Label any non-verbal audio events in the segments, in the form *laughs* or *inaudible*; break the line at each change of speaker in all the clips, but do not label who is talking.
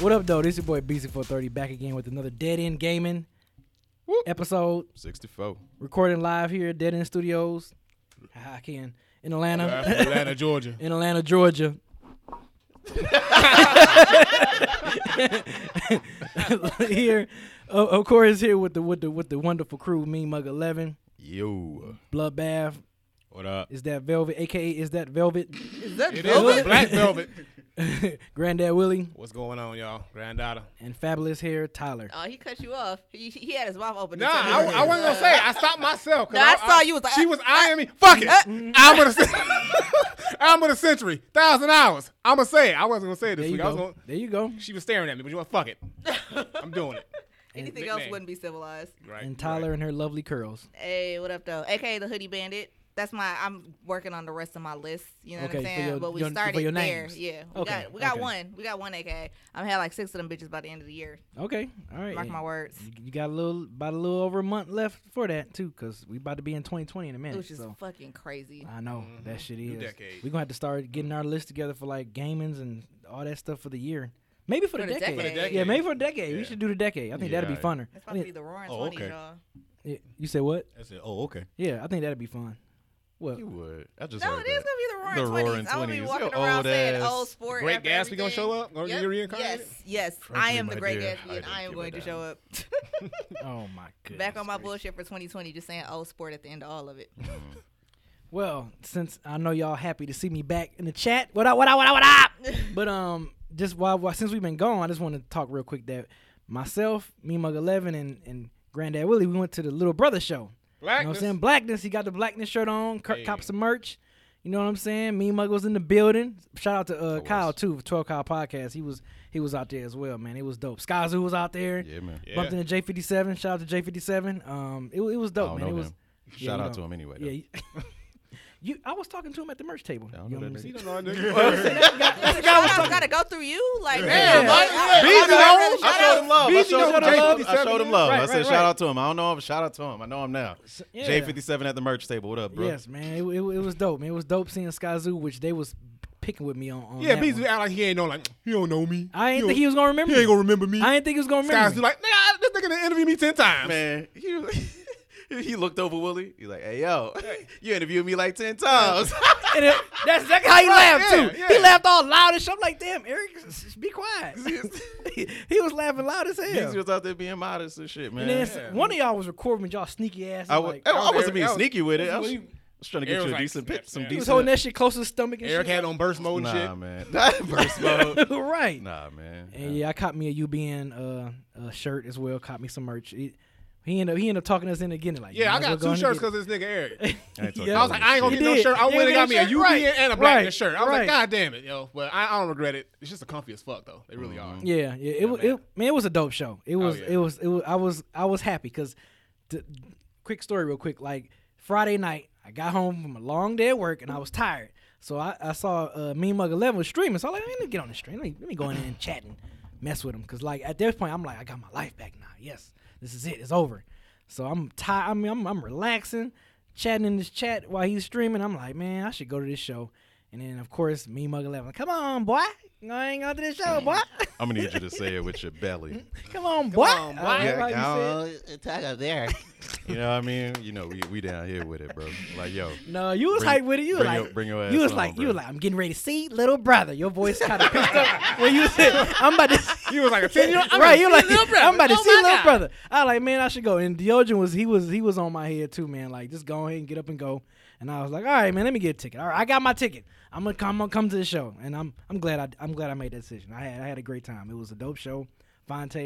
What up, though? This your boy BC430 back again with another Dead End Gaming episode.
64.
Recording live here at Dead End Studios. Ah, I can. In Atlanta.
*laughs* Atlanta, Georgia.
*laughs* in Atlanta, Georgia. *laughs* here, of, of course, here with the with the with the wonderful crew, Mean Mug Eleven,
Yo.
Bloodbath.
What up?
Is that Velvet? AKA is that Velvet? *laughs*
It is Black *laughs* Velvet.
Granddad Willie
What's going on, y'all? Granddaughter.
and Fabulous Hair Tyler.
*laughs* Oh, he cut you off. He, he had his mouth open.
Nah, I, I wasn't gonna
*laughs*
say. it. I stopped myself. 'cause
No, I saw you was like,
she
uh,
was
"Ah,
eyeing me. Fuck it.
uh,
*laughs* I'm gonna. *laughs* Say, I'm gonna century. Thousand hours. I'm gonna say it. I wasn't gonna say it this
There you
week. I was
go.
gonna,
There you go.
she was staring at me, but you know what? Fuck it. I'm doing it.
Anything else
nickname.
wouldn't be civilized.
*laughs* Right.
And Tyler and her lovely curls.
Hey, what up though? AKA the hoodie bandit. That's my. I'm working on the rest of my list. You know
Okay,
what I'm
for
saying?
your-
but we
your- for
started
your
there.
names.
Yeah. We
Okay,
got we got
okay.
one. We got one. AKA. I'm had like six of them bitches by the end of the year.
Okay. All right.
Mark my words.
You- You got a little, about a little over a month left for that too, because we about to be in 2020 in a minute.
Which is
so
fucking crazy.
I know that shit is.
Mm-hmm. decade.
We're gonna have to start getting our list together for like gamings and all that stuff for the year. Maybe for, the, decade.
For the decade.
Yeah, maybe for the decade. We
Yeah.
should do the decade. I think that'd be
Yeah.
funner.
It's
I
about to be
think-
the roaring
Oh,
20s
okay.
y'all.
yeah, you say what?
I said, oh, okay.
Yeah, I think that'd be fun. What?
You would. I just
No,
heard
it is
that.
gonna be the roaring
The
twenties.
roaring
I'm gonna be
20s.
walking
Your
around
old
saying
ass.
old sport.
Great
after
Gatsby gonna show
everything.
up?
Oh,
Gonna get reincarnated?
Yes, yes. I
Frankly,
am the
my
Great
dear, I
Gatsby. and
don't
I am
give a
going to
damn. *laughs*
show up.
Oh my goodness.
Back on my
gracious.
bullshit for 2020, just saying old sport at the end of
*laughs*
all of it.
Well, since I know y'all happy to see me back in the chat, what up, what up, what up, what up?
*laughs*
but um, just while, while since we've been gone, I just want to talk real quick that myself, me, Mug Eleven, and and Granddad Willie, we went to the Little Brother show. You know what I'm
Blackness.
saying? Blackness. He got the blackness shirt on. Cur-
Hey.
Cop some merch. You know what I'm saying? Me Mug was in the building. Shout out to uh, Kyle too, for 12 Kyle Podcast. He was he was out there as well, man. It was dope. Skyzoo was out there.
Yeah, man.
Yeah.
Bumped into J57. Shout out to J57. Um, it, wa- it was
I
dope,
don't
man.
know
It was.
him.
Yeah,
Shout
you
out to
know.
him anyway. Though.
Yeah. You, you- *laughs* I was talking to him at the merch table.
I don't
You
know
know
that
what I'm
nigga.
You
saying?
don't know that nigga.
Shout out gotta go through you, like
Yeah,
man,
like,
I- I-
Beezy
I already
knows.
shout
I showed him
out.
love. I
Beezy
showed him
knows
love.
J57
I showed him love.
Right,
I said,
right,
shout
right.
out to him. I don't know him. Shout out to him. I know him now.
yeah.
J57 at the merch table. What up, bro?
Yes, man. It, wa- it, wa- it was dope, man. It was dope seeing Sky Zoo, which they was picking with me on. on
*laughs* Yeah,
that
Beezy
one.
act like he ain't know, like, he don't know me.
I ain't
don't-
think he was gonna remember.
He ain't
me.
gonna remember me.
I ain't think he was gonna remember.
Guys
me.
be like, nigga, I- this nigga done interviewed me ten times.
Man, he, *laughs* he looked over Willie. He's like, hey, yo, *laughs* you interviewed me like 10 times. *laughs*
And
*laughs*
it- that's exactly how he laughed
yeah,
too.
yeah.
He laughed all loud and shit. I'm like, damn, Eric, *laughs* s- s- be
*laughs*
quiet. he, *laughs* he was laughing loud as hell.
He was out there being modest and shit, man.
and then s- one of y'all was recording with y'all sneaky ass.
I,
and
was,
like,
I,
I
I
was
wasn't
there-
being
I was-
sneaky with it. I was,
He-
I was trying to get you
Eric
a
was like,
decent
snap,
pip, some
snap.
he was
decent.
holding that shit close to his stomach and
Eric
shit.
had on burst mode and
*laughs* nah,
shit.
man.
*laughs*
Burst mode.
right.
Nah, man.
And yeah, I caught me a UBN uh, uh, shirt as well. Caught me some merch. It- he ended up he ended up talking us into getting it. Like,
Yeah, I
might as
got
well go
two
in and
shirts
get
because this nigga Eric.
I ain't talking
Yeah.
about
I was like, I ain't gonna
He
get no
did.
shirt. I
You
went and got
did
me a
shirt?
UBN
Right.
and a
Right.
blackness shirt. I was
Right.
like, God damn it, yo. Well, I, I don't regret it. It's just the comfiest fuck though. They really are.
it. Yeah, yeah. It, was
man. Oh,
it man, it was a dope show. It was
yeah.
it was it was I was I was happy because the quick story real quick. Like Friday night, I got home from a long day at work and I was tired. So I, I saw uh, Mean Mug Eleven was streaming. So I'm like, let me get on the stream. Let me, let me go in there and chat and mess with him. Cause like at this point, I'm like, I got my life back now. Yes, this is it. It's over. So I'm tired. I mean, I'm, I'm relaxing, chatting in this chat while he's streaming. I'm like, man, I should go to this show. And then of course, Mean Mug Eleven, come on, boy. I ain't going to this show, boy.
I'm gonna need you to say it with your belly.
*laughs* Come on, boy.
on, boy.
Uh,
Yeah,
like you said.
talk up there. *laughs* You know what I mean? You know, we, we down here with it, bro. Like, yo,
No, you was
Bring-
hyped with it. You was
bring
like,
your- bring your
you
ass
was
on,
like, you
bro.
was like, I'm getting ready to see little brother. Your voice
*laughs*
kind of pissed up when you said, I'm about to. See.
You
*laughs*
was like a ten year old.
right, you like,
little brother.
I'm about to
Oh
see
my
little
God.
brother. I was like, man, I should go. And Deogen was, he was, he was on my head too, man. Like, just go ahead and get up and go. And I was like, all right, man, let me get a ticket. All right, I got my ticket. I'm gonna come, I'm gonna come to the show, and I'm, I'm glad I, I'm glad I made that decision. I had, I had a great time. It was a dope show. Fonte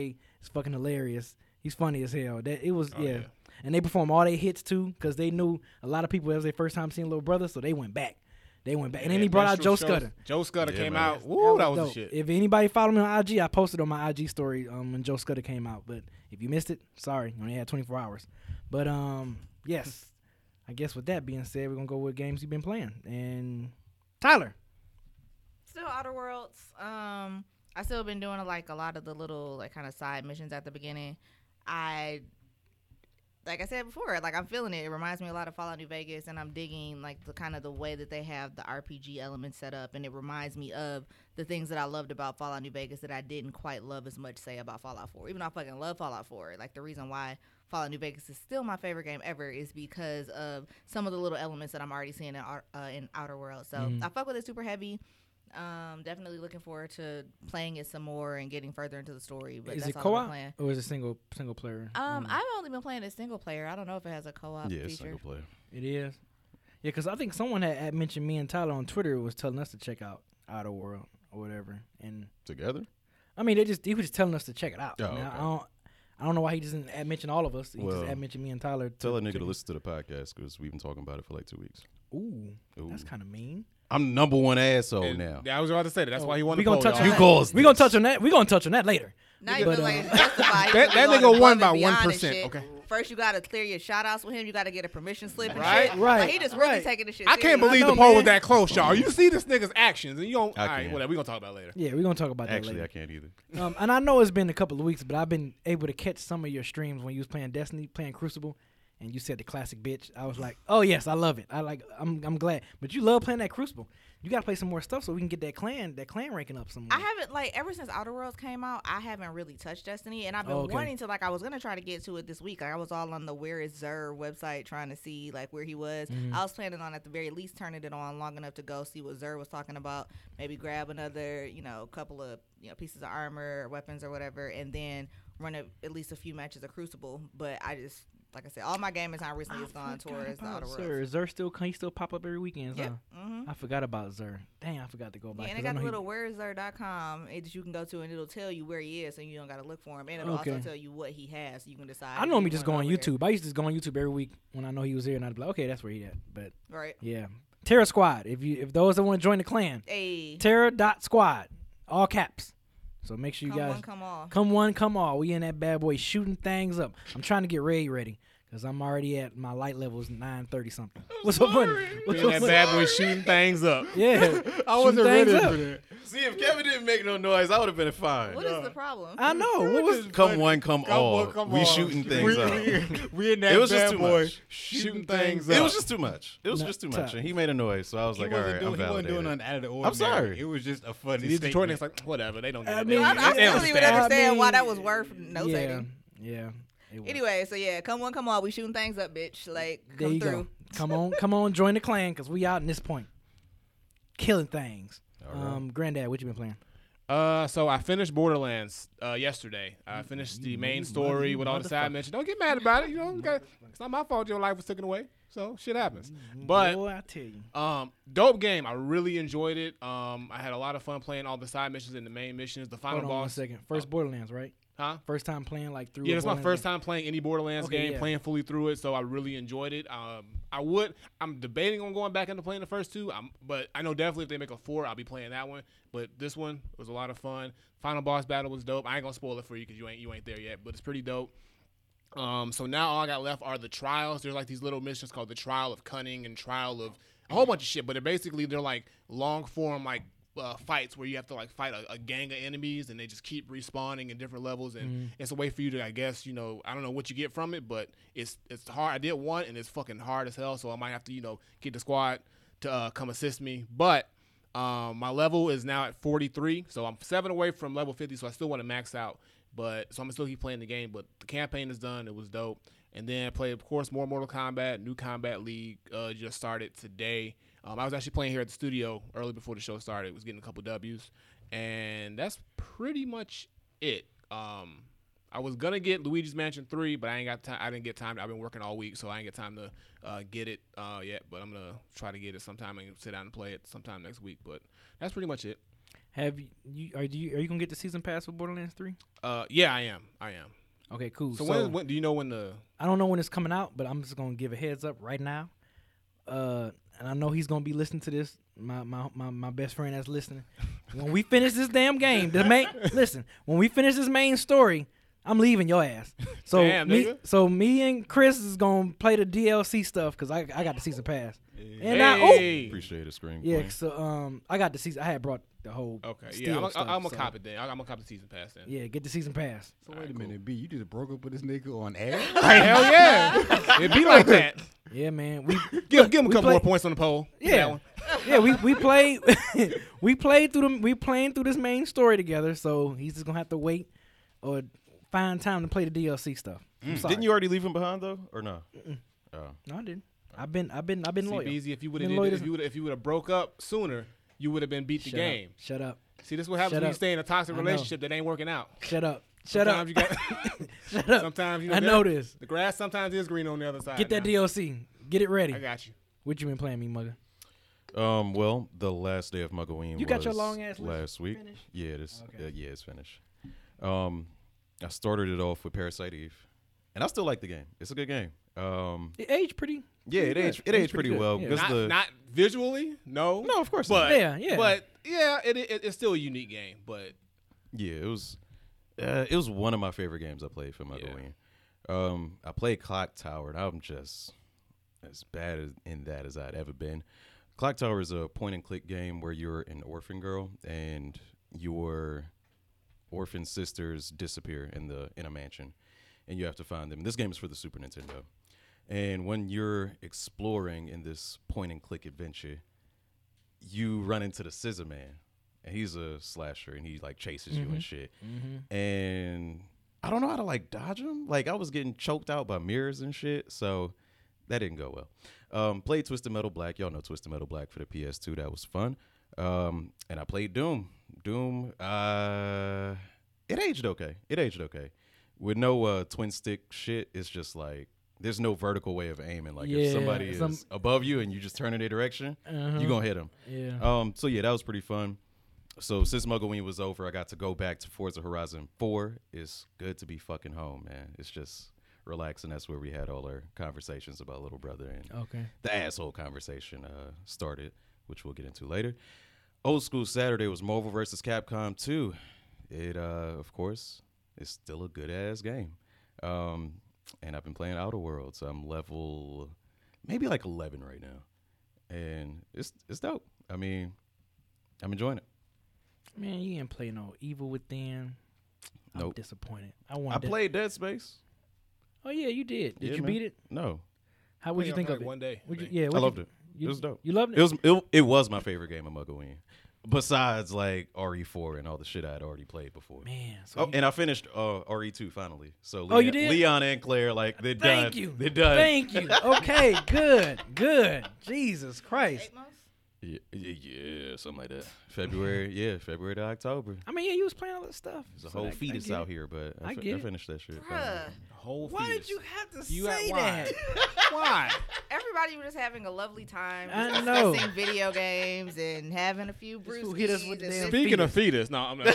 is fucking hilarious. He's funny as hell. That it was, yeah.
yeah.
And they perform all their hits too, because they knew a lot of people that was their first time seeing Little Brother, so they went back. They went back, and then he brought out Joe
Minstrel shows.
Scudder.
Joe Scudder
Yeah,
came
man.
out. Woo, that was the
dope.
shit.
If anybody follow me on IG, I posted on my IG story um, when Joe Scudder came out. But if you missed it, sorry, you only had 24 hours. But um, yes, I guess with that being said, we're gonna go with games you've been playing. And Tyler,
Still Outer Worlds. Um, I still been doing like a lot of the little like kind of side missions at the beginning. I like I said before, like I'm feeling it. It reminds me a lot of Fallout New Vegas, and I'm digging like the kind of the way that they have the RPG element set up, and it reminds me of the things that I loved about Fallout New Vegas that I didn't quite love as much, say about Fallout 4. Even though I fucking love Fallout 4, like the reason why Fallout New Vegas is still my favorite game ever is because of some of the little elements that I'm already seeing in, Out- uh, in Outer Worlds. So I fuck with it super heavy. Um, definitely looking forward to playing it some more and getting further into the story. But
is it
that's all
co
I'm
op
playing.
or is it single single player?
Mm.
Um, I've only been playing a single player. I don't know if it has a co-op
Yeah, it's
feature.
single player.
It is. Yeah, because I think someone had, had mentioned me and Tyler on Twitter was telling us to check out Outer World or whatever, and
Together?
I mean they just he was just telling us to check it out.
Oh,
Now,
okay.
I don't I don't know why he doesn't ad- mention all of us. He
Well,
just ad- mentioned me and Tyler.
Tell that nigga
check
to
it.
listen to the podcast because we've been talking about it for like two weeks.
Ooh, that's
Ooh.
kind of mean.
I'm number one asshole
And
now.
I was about to say that. That's why he won
We
the
gonna
poll.
touch
y'all.
on
You
that.
caused
We gonna
this.
touch on that. We gonna touch on that later.
Now you feel
But,
like
uh,
it's justified.
um,
You
that-
feel
that
like you
nigga won
above
by
and beyond and
1%,
shit.
okay.
First, you gotta clear your shout outs with him. You gotta get a permission slip. and
Right,
shit.
right,
Like, he just really
right.
taking this shit.
I can't
serious.
believe
know,
the poll was
man.
that close, y'all. You see this nigga's actions, and you don't.
I
all right,
can't.
whatever. We gonna talk about it later.
Yeah, we're gonna talk about that
Actually, I
later.
can't either.
Um, and I know it's been a couple of weeks, but I've been able to catch some of your streams when you was playing Destiny, playing Crucible, and you said the classic bitch. I was like, oh yes, I love it. I like, I'm, I'm glad. But you love playing that Crucible. You gotta play some more stuff so we can get that clan, that clan ranking up some more.
I haven't like ever since Outer Worlds came out, I haven't really touched Destiny, and I've been
Oh, okay.
wanting to like I was gonna try to get to it this week. Like I was all on the Where Is Zer website trying to see like where he was.
Mm-hmm.
I was planning on at the very least turning it on long enough to go see what Zer was talking about. Maybe grab another you know couple of you know pieces of armor, or weapons or whatever, and then run a, at least a few matches of Crucible. But I just like I said, all my gaming time recently has gone towards the Outer Worlds.
Sir, Zer still he still pop up every weekend.
Yep.
Huh?
hmm
I forgot about Zer. Dang, I forgot to go
Yeah,
back.
and they
'cause I
got the
know he-
little where'szer.com that you can go to, and it'll tell you where he is, and you don't gotta look for him. And it'll
Okay.
also tell you what he has. So you can decide.
I
if
normally
you
just go
wanna
on
over there.
YouTube. I used to just go on YouTube every week when I know he was here, and I'd be like, okay, that's where he at. But
Right.
yeah, Terra Squad. If you if those that want to join the clan,
Hey,
Terra dot squad, all caps. So make sure you
come
guys
on, come on.
come one, come all. We in that bad boy shooting things up. I'm trying to get raid ready because I'm already at my light levels nine thirty something. What's so funny? What's
Me and
so
that
funny?
bad boy *laughs* shooting things up.
Yeah,
*laughs* I wasn't
Shooting
ready
things
for
up.
that.
See, if Kevin didn't make no noise, I would have been fine.
What is the problem?
I know. What was?
Come one, come,
Come
all.
on, come
we
on.
shooting things
we,
up.
We, we in that
It was
bad
just too
boy
much.
shooting things up.
It was just too much. It was
No,
just too
time.
much, and he made a noise, so I was
He
like, "All
wasn't
right,
doing,
I'm
he wasn't doing
validated."
nothing out of the ordinary.
sorry.
It was just a funny
These
statement.
Detroitans like whatever. They don't.
I
Get
mean,
it.
*laughs* I, I
They
still don't even
understand.
understand why
mean,
that was worth
Yeah,
notating.
yeah. it was.
Anyway, so yeah, come on, come on. We shooting things up, bitch. Like,
there
come
you
through. *laughs*
go. Come on, come on, join the clan because we out in this point, killing things.
All right.
Um, granddad, what you been playing?
Uh, so I finished Borderlands uh, yesterday. I finished the main story with all the side missions. Don't get mad about it. You know, got, it's not my fault your life was taken away. So shit happens.
Mm-hmm.
But
Boy, I tell you,
Um, dope game. I really enjoyed it. Um, I had a lot of fun playing all the side missions and the main missions. The final
hold on one
boss,
second. First Borderlands, right?
huh?
First time playing like through.
Yeah,
a
it's my
Borderlands
first time playing any Borderlands
Okay,
game,
yeah.
playing fully through it, so I really enjoyed it. Um, I would. I'm debating on going back into playing the first two, um, but I know definitely if they make a four, I'll be playing that one. But this one was a lot of fun. Final boss battle was dope. I ain't gonna spoil it for you because you ain't you ain't there yet, but it's pretty dope. Um, so now all I got left are the trials. There's like these little missions called the Trial of Cunning and Trial of a whole bunch of shit, but they're basically they're like long form like uh, fights where you have to like fight a, a gang of enemies and they just keep respawning in different levels and it's a way for you to I guess you know I don't know what you get from it, but it's it's hard. I did one and it's fucking hard as hell, so I might have to you know get the squad to uh, come assist me, but. Um, my level is now at 43, so I'm seven away from level 50, so I still want to max out. But so I'm still keep playing the game. But the campaign is done; it was dope. And then I played, of course, more Mortal Kombat. New Combat League uh, just started today. Um, I was actually playing here at the studio early before the show started. Was getting a couple Ws, and that's pretty much it. Um, I was gonna get Luigi's Mansion Three, but I ain't got time. I didn't get time. I've been working all week, so I ain't get time to uh, get it uh, yet. But I'm gonna try to get it sometime and sit down and play it sometime next week. But that's pretty much it.
Have you, you are you are you gonna get the season pass for Borderlands three?
Uh, yeah, I am. I am.
Okay, cool.
So, when, when do you know when the?
I don't know when it's coming out, but I'm just gonna give a heads up right now. Uh, and I know he's gonna be listening to this. My my my, my best friend that's
*laughs*
listening. When we finish this damn game, the main listen. When we finish this main story, I'm leaving your ass. So
Damn,
me,
nigga.
so me and Chris is gonna play the DLC stuff because I I got the season pass. And I oh
Appreciate it, Scream
yeah,
Queen.
so um I got the season. I had brought the whole
Okay, yeah,
Steel
I'm,
stuff,
I'm, I'm gonna
so-
cop it then. I'm gonna cop the season pass then.
Yeah, get the season pass.
So
Alright,
wait a
cool.
minute, B, you just broke up with this nigga on *laughs* air?
Hell
*laughs*
yeah, it'd be like that.
Yeah, man. We
Give, give him a
we
couple
play-
more points on the poll. for
Yeah.
that one.
yeah, we we played *laughs* we played through them we playing through this main story together, so he's just gonna have to wait or find time to play the DLC stuff. I'm sorry.
Mm. Didn't you already leave him behind though, or no? Oh.
No, I didn't. I've been I've been I've been
See,
loyal.
Beezy, if you would
Been loyal
have if
to-
you would if you would have broke up sooner, you would have been beat the
Shut
game.
Up. Shut up.
See, this is what happens
Shut
when you
up.
stay in a toxic
I know.
relationship that ain't working out.
Shut
*laughs*
up. Shut
sometimes
up.
You got,
*laughs* Shut up.
sometimes you know,
I
the-
know this.
The grass sometimes is green on the other side.
Get that
now.
DLC. Get it ready.
I got you.
What you been playing, me mugger?
Um. Well, the last day of Mugween.
You
was
got your long ass list
last week.
finished?
Yeah. This.
Okay.
uh, yeah. It's finished. Um, I started it off with Parasite Eve, and I still like the game. It's a good game. Um.
It aged pretty.
Yeah. It
pretty
aged.
good.
It aged pretty
good.
well.
Yeah.
because
Not,
the,
not visually, no.
No, of course
but
not.
Yeah, yeah.
But yeah, it, it, it's still a unique game. But
Yeah. It was. Uh, it was one of my favorite games I played for Mugween. Um. I played Clock Tower, and I'm just as bad as, in that as I'd ever been. Clock Tower is a point and click game where you're an orphan girl and your orphan sisters disappear in the in a mansion and you have to find them. This game is for the Super Nintendo. And when you're exploring in this point and click adventure, you run into the Scissor Man. And he's a slasher and he like chases you
Mm-hmm.
and shit. And I don't know how to like dodge him. Like I was getting choked out by mirrors and shit. So that didn't go well. Um, played Twisted Metal Black. Y'all know Twisted Metal Black for the PS2. That was fun. Um, and I played Doom. Doom. Uh, it aged okay. It aged okay. With no uh, twin stick shit, it's just like there's no vertical way of aiming. Like if
Yeah,
somebody
some-
is above you and you just turn in their direction,
Uh-huh.
you're gonna hit them.
Yeah.
Um, so yeah, that was pretty fun. So since Muggleween was over, I got to go back to Forza Horizon 4. It's good to be fucking home, man. It's just relaxing. That's where we had all our conversations about little brother and
Okay.
the asshole conversation uh, started, which we'll get into later. Old school Saturday was Marvel versus Capcom 2. It, uh, of course, is still a good ass game. Um, and I've been playing Outer Worlds. I'm level maybe like 11 right now, and it's it's dope. I mean, I'm enjoying it.
Man, you ain't play no Evil Within. I'm
Nope.
disappointed. I
I
wanted.
played Dead Space.
Oh yeah, you did. Did
Yeah,
you
man.
beat it?
No,
How would you
I
think
played
of it?
One day.
Would you,
think.
yeah,
I
what'd
loved
you-
it.
You,
it was dope.
You loved it.
It was it, it was my favorite game of Mugween, besides like RE4 and all the shit I had already played before.
Man, so
Oh,
you-
and I finished uh, RE2 finally. So Leon,
Oh, you did?
Leon and Claire, like they're done.
thank you.
They're done.
Thank you.
*laughs*
Okay, good, good. Jesus Christ.
Eight months?
Yeah, yeah, yeah, something like that. February, yeah, February to October.
I mean, yeah, you was playing all this stuff.
There's a
so
whole
I- I
fetus
get
out
it.
here, but I,
I
fin-
get
I
it.
finished that shit.
Bruh.
finally.
Whole
Why
fetus.
did you have to
You
say
at-
that?
Why?
Everybody was just having a lovely time.
I
just
know.
Discussing video games and having a few
This
brews.
fool hit us with the damn
Speaking of fetus, no, I'm not.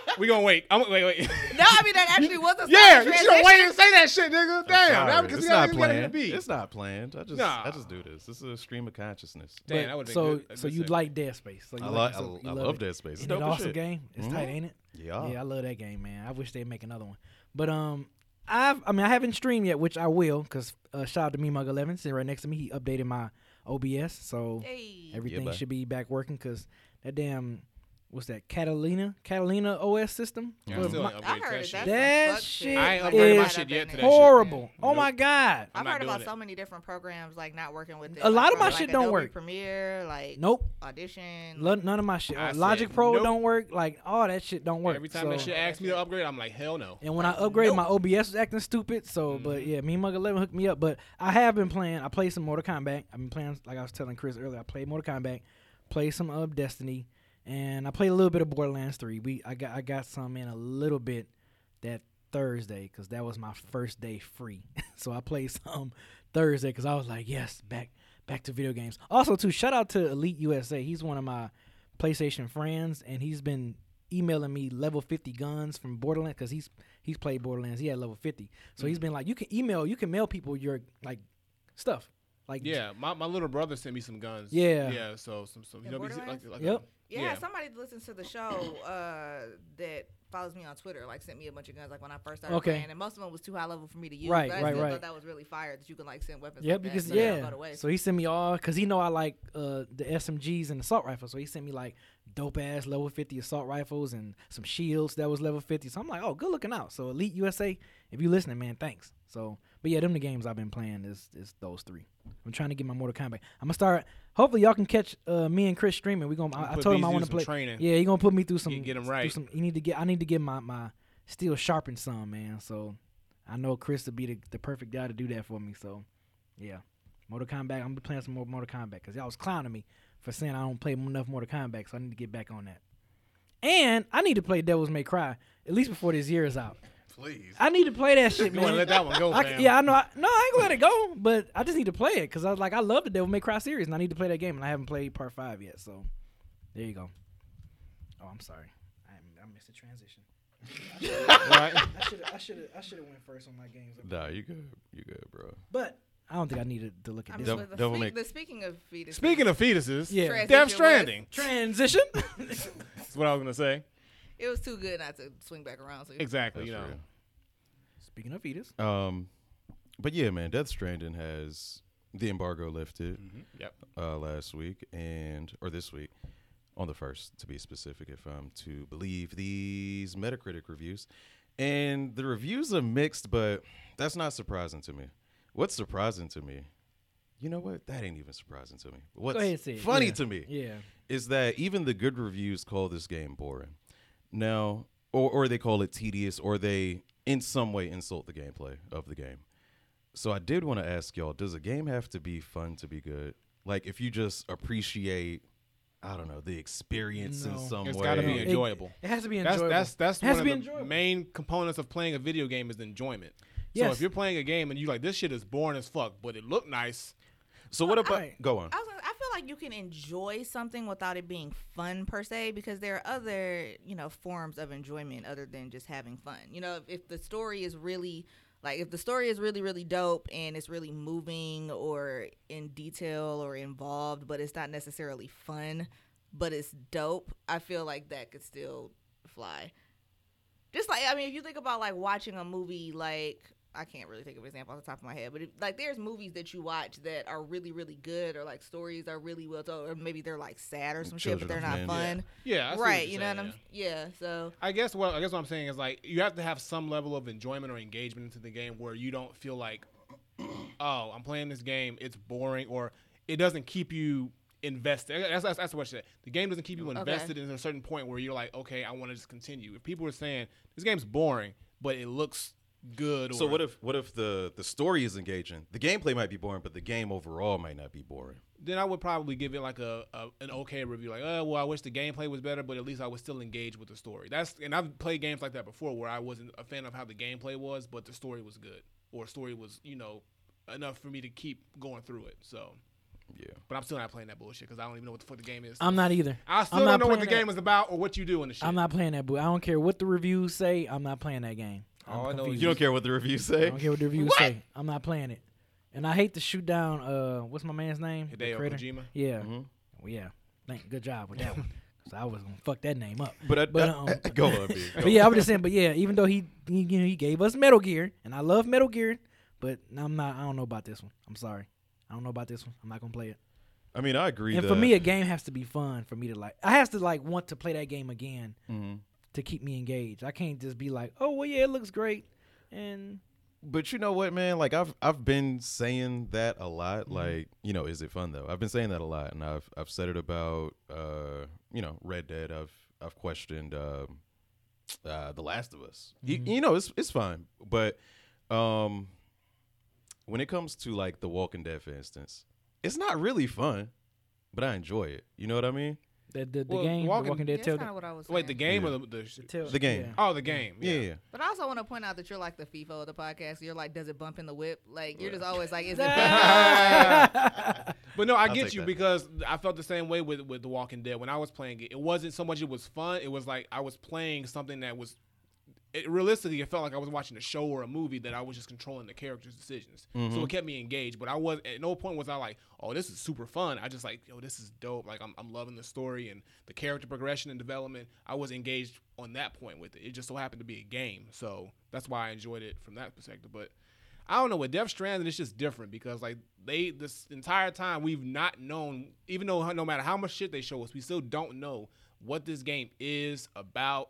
*laughs* we gonna wait. I'm wait, *laughs* wait.
No, I mean, that actually was
*laughs*
a
yeah,
solid
you should
transition.
have waited to say that shit, nigga.
I'm
Damn,
sorry,
that, because
it's
you
not
gotta, you gotta hit
planned.
the beat.
It's not planned. I just, I just do this. This is a stream of consciousness.
Damn,
But-
that would've been
so,
good. That's
so
good
you
shit.
like Dead Space? So you
I,
like,
like, I,
so you
I love
it.
Dead Space. Mm-hmm. Ah.
Isn't it
It's dope as
awesome
shit.
game? It's tight, ain't it?
Yeah.
Yeah, I love that game, man. I wish they'd make another one. But um, I've I mean I haven't streamed yet, which I will, cause uh, shout out to me Mug Eleven sitting right next to me. He updated my OBS, so
Hey.
everything
bye.
should be back working. Cause that damn what's that Catalina Catalina OS system?
Yeah.
Was
Still
my-
ain't
I
upgraded
heard
that
that's
shit.
some
That shit
fuck
I ain't
Like,
upgraded my
is
shit yet to that shit.
horrible. oh my
Nope.
god.
I'm
I've
not
heard about
doing it.
so many different programs like not working with it.
A lot of my
like
shit don't
Adobe
work.
Premiere, like
Nope,
Audition.
lo- none of my shit.
I
Uh, Logic
said
Pro
nope.
don't work. Like all that shit don't work.
Every time
so,
that shit asks me to upgrade, I'm like, hell no.
And when I upgraded, my OBS was acting stupid. So,
Mm-hmm.
but yeah, me and Mug Eleven hooked me up. But I have been playing. I played some Mortal Kombat. I've been playing, like I was telling Chris earlier. I played Mortal Kombat, played some of Destiny, and I played a little bit of Borderlands Three. We I got I got some in a little bit that Thursday because that was my first day free. *laughs* so I played some Thursday because I was like, yes, back back to video games. Also, too, shout out to Elite USA. He's one of my PlayStation friends, and he's been emailing me level 50 guns from Borderlands because he's he's played Borderlands. He had level 50, so he's been like, you can email, you can mail people your like stuff, like
Yeah, my, my little brother sent me some guns.
Yeah.
Yeah, so some some you
In
know, he's like,
Borderlands?
like
Yep.
Yeah,
Yeah.
somebody that listens to the show uh, that follows me on Twitter like sent me a bunch of guns like when I first started
Okay.
playing, and most of them was too high level for me to use.
Right,
but I
right,
still
right.
thought that was really fire that you can like send weapons.
Yeah,
like that
because
so they don't
yeah.
go to waste.
So he sent me all because he know I like uh, the SMGs and assault rifles. So he sent me like dope ass level fifty assault rifles and some shields that was level fifty. So I'm like, oh, good looking out. So Elite USA, if you listening, man, thanks. So, but yeah, them the games I've been playing is is those three. I'm trying to get my Mortal Kombat. I'm gonna start. Hopefully, y'all can catch uh, me and Chris streaming. We gonna.
I'ma
I, I
put
told him
these
I
dudes
want to
some
play.
training.
Yeah, he gonna put me through some.
get 'em
through
right.
Some, you need to get. I need to get my my steel sharpened some, man. So I know Chris would be the, the perfect guy to do that for me. So yeah, Mortal Kombat. I'm gonna be playing some more Mortal Kombat because y'all was clowning me for saying I don't play enough Mortal Kombat. So I need to get back on that. And I need to play Devils May Cry at least before this year is out.
Please.
I need to play that shit,
You want to
man.
let that one go,
I,
fam.
yeah, I know. I, no, I ain't gonna let it go, but I just need to play it because I was like, I love the Devil May Cry series, and I need to play that game, and I haven't played Part Five yet. So, there you go. Oh, I'm sorry, I, I missed the
*laughs*
transition.
*laughs*
All right.
I should I should I should have went first on my games,
Nah, you good. You good, bro.
but I don't think I needed to look at
I'm
this.
Dev-
just- the
Devil
speak-
May-
the speaking of fetus.
Speaking of fetuses,
Yeah.
Death
Transition
Stranding.
Transition. *laughs*
That's what I was gonna say.
it was too good not to swing back around. So
Exactly. you
That's
know.
real.
Speaking of fetus,
Um, but yeah, man, Death Stranding has the embargo lifted
Yep.
uh, last week and or this week on the first, to be specific, if I'm to believe these Metacritic reviews, and the reviews are mixed, but that's not surprising to me. What's surprising to me? You know what? That ain't even surprising to me. What's
ahead and say it.
funny
Yeah.
to me?
yeah,
is that even the good reviews call this game boring. Now, or, or they call it tedious, or they in some way insult the gameplay of the game. So I did want to ask y'all, does a game have to be fun to be good? Like if you just appreciate, I don't know, the experience in
No.
some
It's
way.
gotta be
It-
enjoyable.
It, has to be
That's
enjoyable.
that's that's
It has
one
to
of
be
the
enjoyable.
main components of playing a video game is enjoyment. So
Yes.
if you're playing a game and you like this shit is boring as fuck, but it looked nice.
so what about
I-
go on.
I, was gonna, I feel like you can enjoy something without it being fun per se because there are other you know forms of enjoyment other than just having fun you know if, if the story is really like if the story is really really dope and it's really moving or in detail or involved but it's not necessarily fun but it's dope i feel like that could still fly just like I mean, if you think about like watching a movie, like I can't really think of an example off the top of my head, but if, like there's movies that you watch that are really, really good, or like stories are really well told, or maybe they're like sad or some shit, but
Children
they're
of
not
Men.
fun,
Yeah. I see what
right?
you're
You know
saying,
what I'm?
yeah.
Yeah. So
I guess what I guess what I'm saying is like you have to have some level of enjoyment or engagement into the game where you don't feel like, *clears throat* oh, I'm playing this game, it's boring, or it doesn't keep you invested. That's that's, that's what I said. The game doesn't keep you invested in a certain point where you're like, okay, I want to just continue. If people are saying this game's boring, but it looks good, or
So what if what if the the story is engaging? The gameplay might be boring, but the game overall might not be boring.
then I would probably give it like a, a an okay review, like, oh well, I wish the gameplay was better, but at least I was still engaged with the story. That's and I've played games like that before where I wasn't a fan of how the gameplay was, but the story was good, or story was you know enough for me to keep going through it. So,
Yeah.
but I'm still not playing that bullshit because I don't even know what the fuck the game is.
I'm not either.
I still
I'm
don't
not
know what the
playing
game
that.
is about or what you do in the shit.
I'm not playing that, boy. I don't care what the reviews say. I'm not playing that game. I'm
All I know is
confused.
You don't care what the reviews
I
say.
don't care what the reviews say. I'm not playing it. And I hate to shoot down. Uh, what's my man's name? The
Hideo
creator?
Kojima.
Yeah.
Mm-hmm.
Well, yeah. Thank. Good job with
*laughs*
that one. 'Cause I was gonna fuck that name up.
But,
*laughs*
I,
But, um,
*laughs* go on, B. Go
But yeah, I was just saying. But yeah, even though he, he you know he gave us Metal Gear, and I love Metal Gear, but I'm not. I don't know about this one. I'm sorry. I don't know about this one. I'm not gonna play it.
I mean, I agree.
And
that,
for me, a game has to be fun for me to like. I has to like want to play that game again
Mhm.
to keep me engaged. I can't just be like, oh well, yeah, it looks great, and
but you know what, man? Like I've I've been saying that a lot.
Mm-hmm.
Like you know, is it fun though? I've been saying that a lot, and I've I've said it about uh you know Red Dead. I've I've questioned um, uh, The Last of Us. You-
Mm-hmm.
You, know, it's it's fine, but um when it comes to like The Walking Dead, for instance, it's not really fun, but I enjoy it. You know what I mean?
the the, the
Well,
game,
Walking-
Walking, Walking Dead,
that's
tell
kind of what I was.
Wait, the
saying.
game
Yeah.
or the, the, sh-
tell-
The game.
yeah.
oh the game? Yeah.
Yeah. yeah.
But I also want to point out that you're like the FIFO of the podcast. You're like, does it bump in the whip? Like you're just always like, is it?
*laughs* But no, I
I'll
get
take
you
that.
because I felt the same way with with The Walking Dead when I was playing it. It wasn't so much it was fun; it was like I was playing something that was it, realistically, it felt like I was watching a show or a movie that I was just controlling the characters' decisions. So it kept me engaged. But I was at no point was I like, oh, this is super fun. I just like, yo, this is dope. Like I'm, I'm loving the story and the character progression and development. I was engaged on that point with it. It just so happened to be a game, so that's why I enjoyed it from that perspective. But I don't know with Death Stranding, it's just different because like they this entire time we've not known, even though no matter how much shit they show us, we still don't know what this game is about,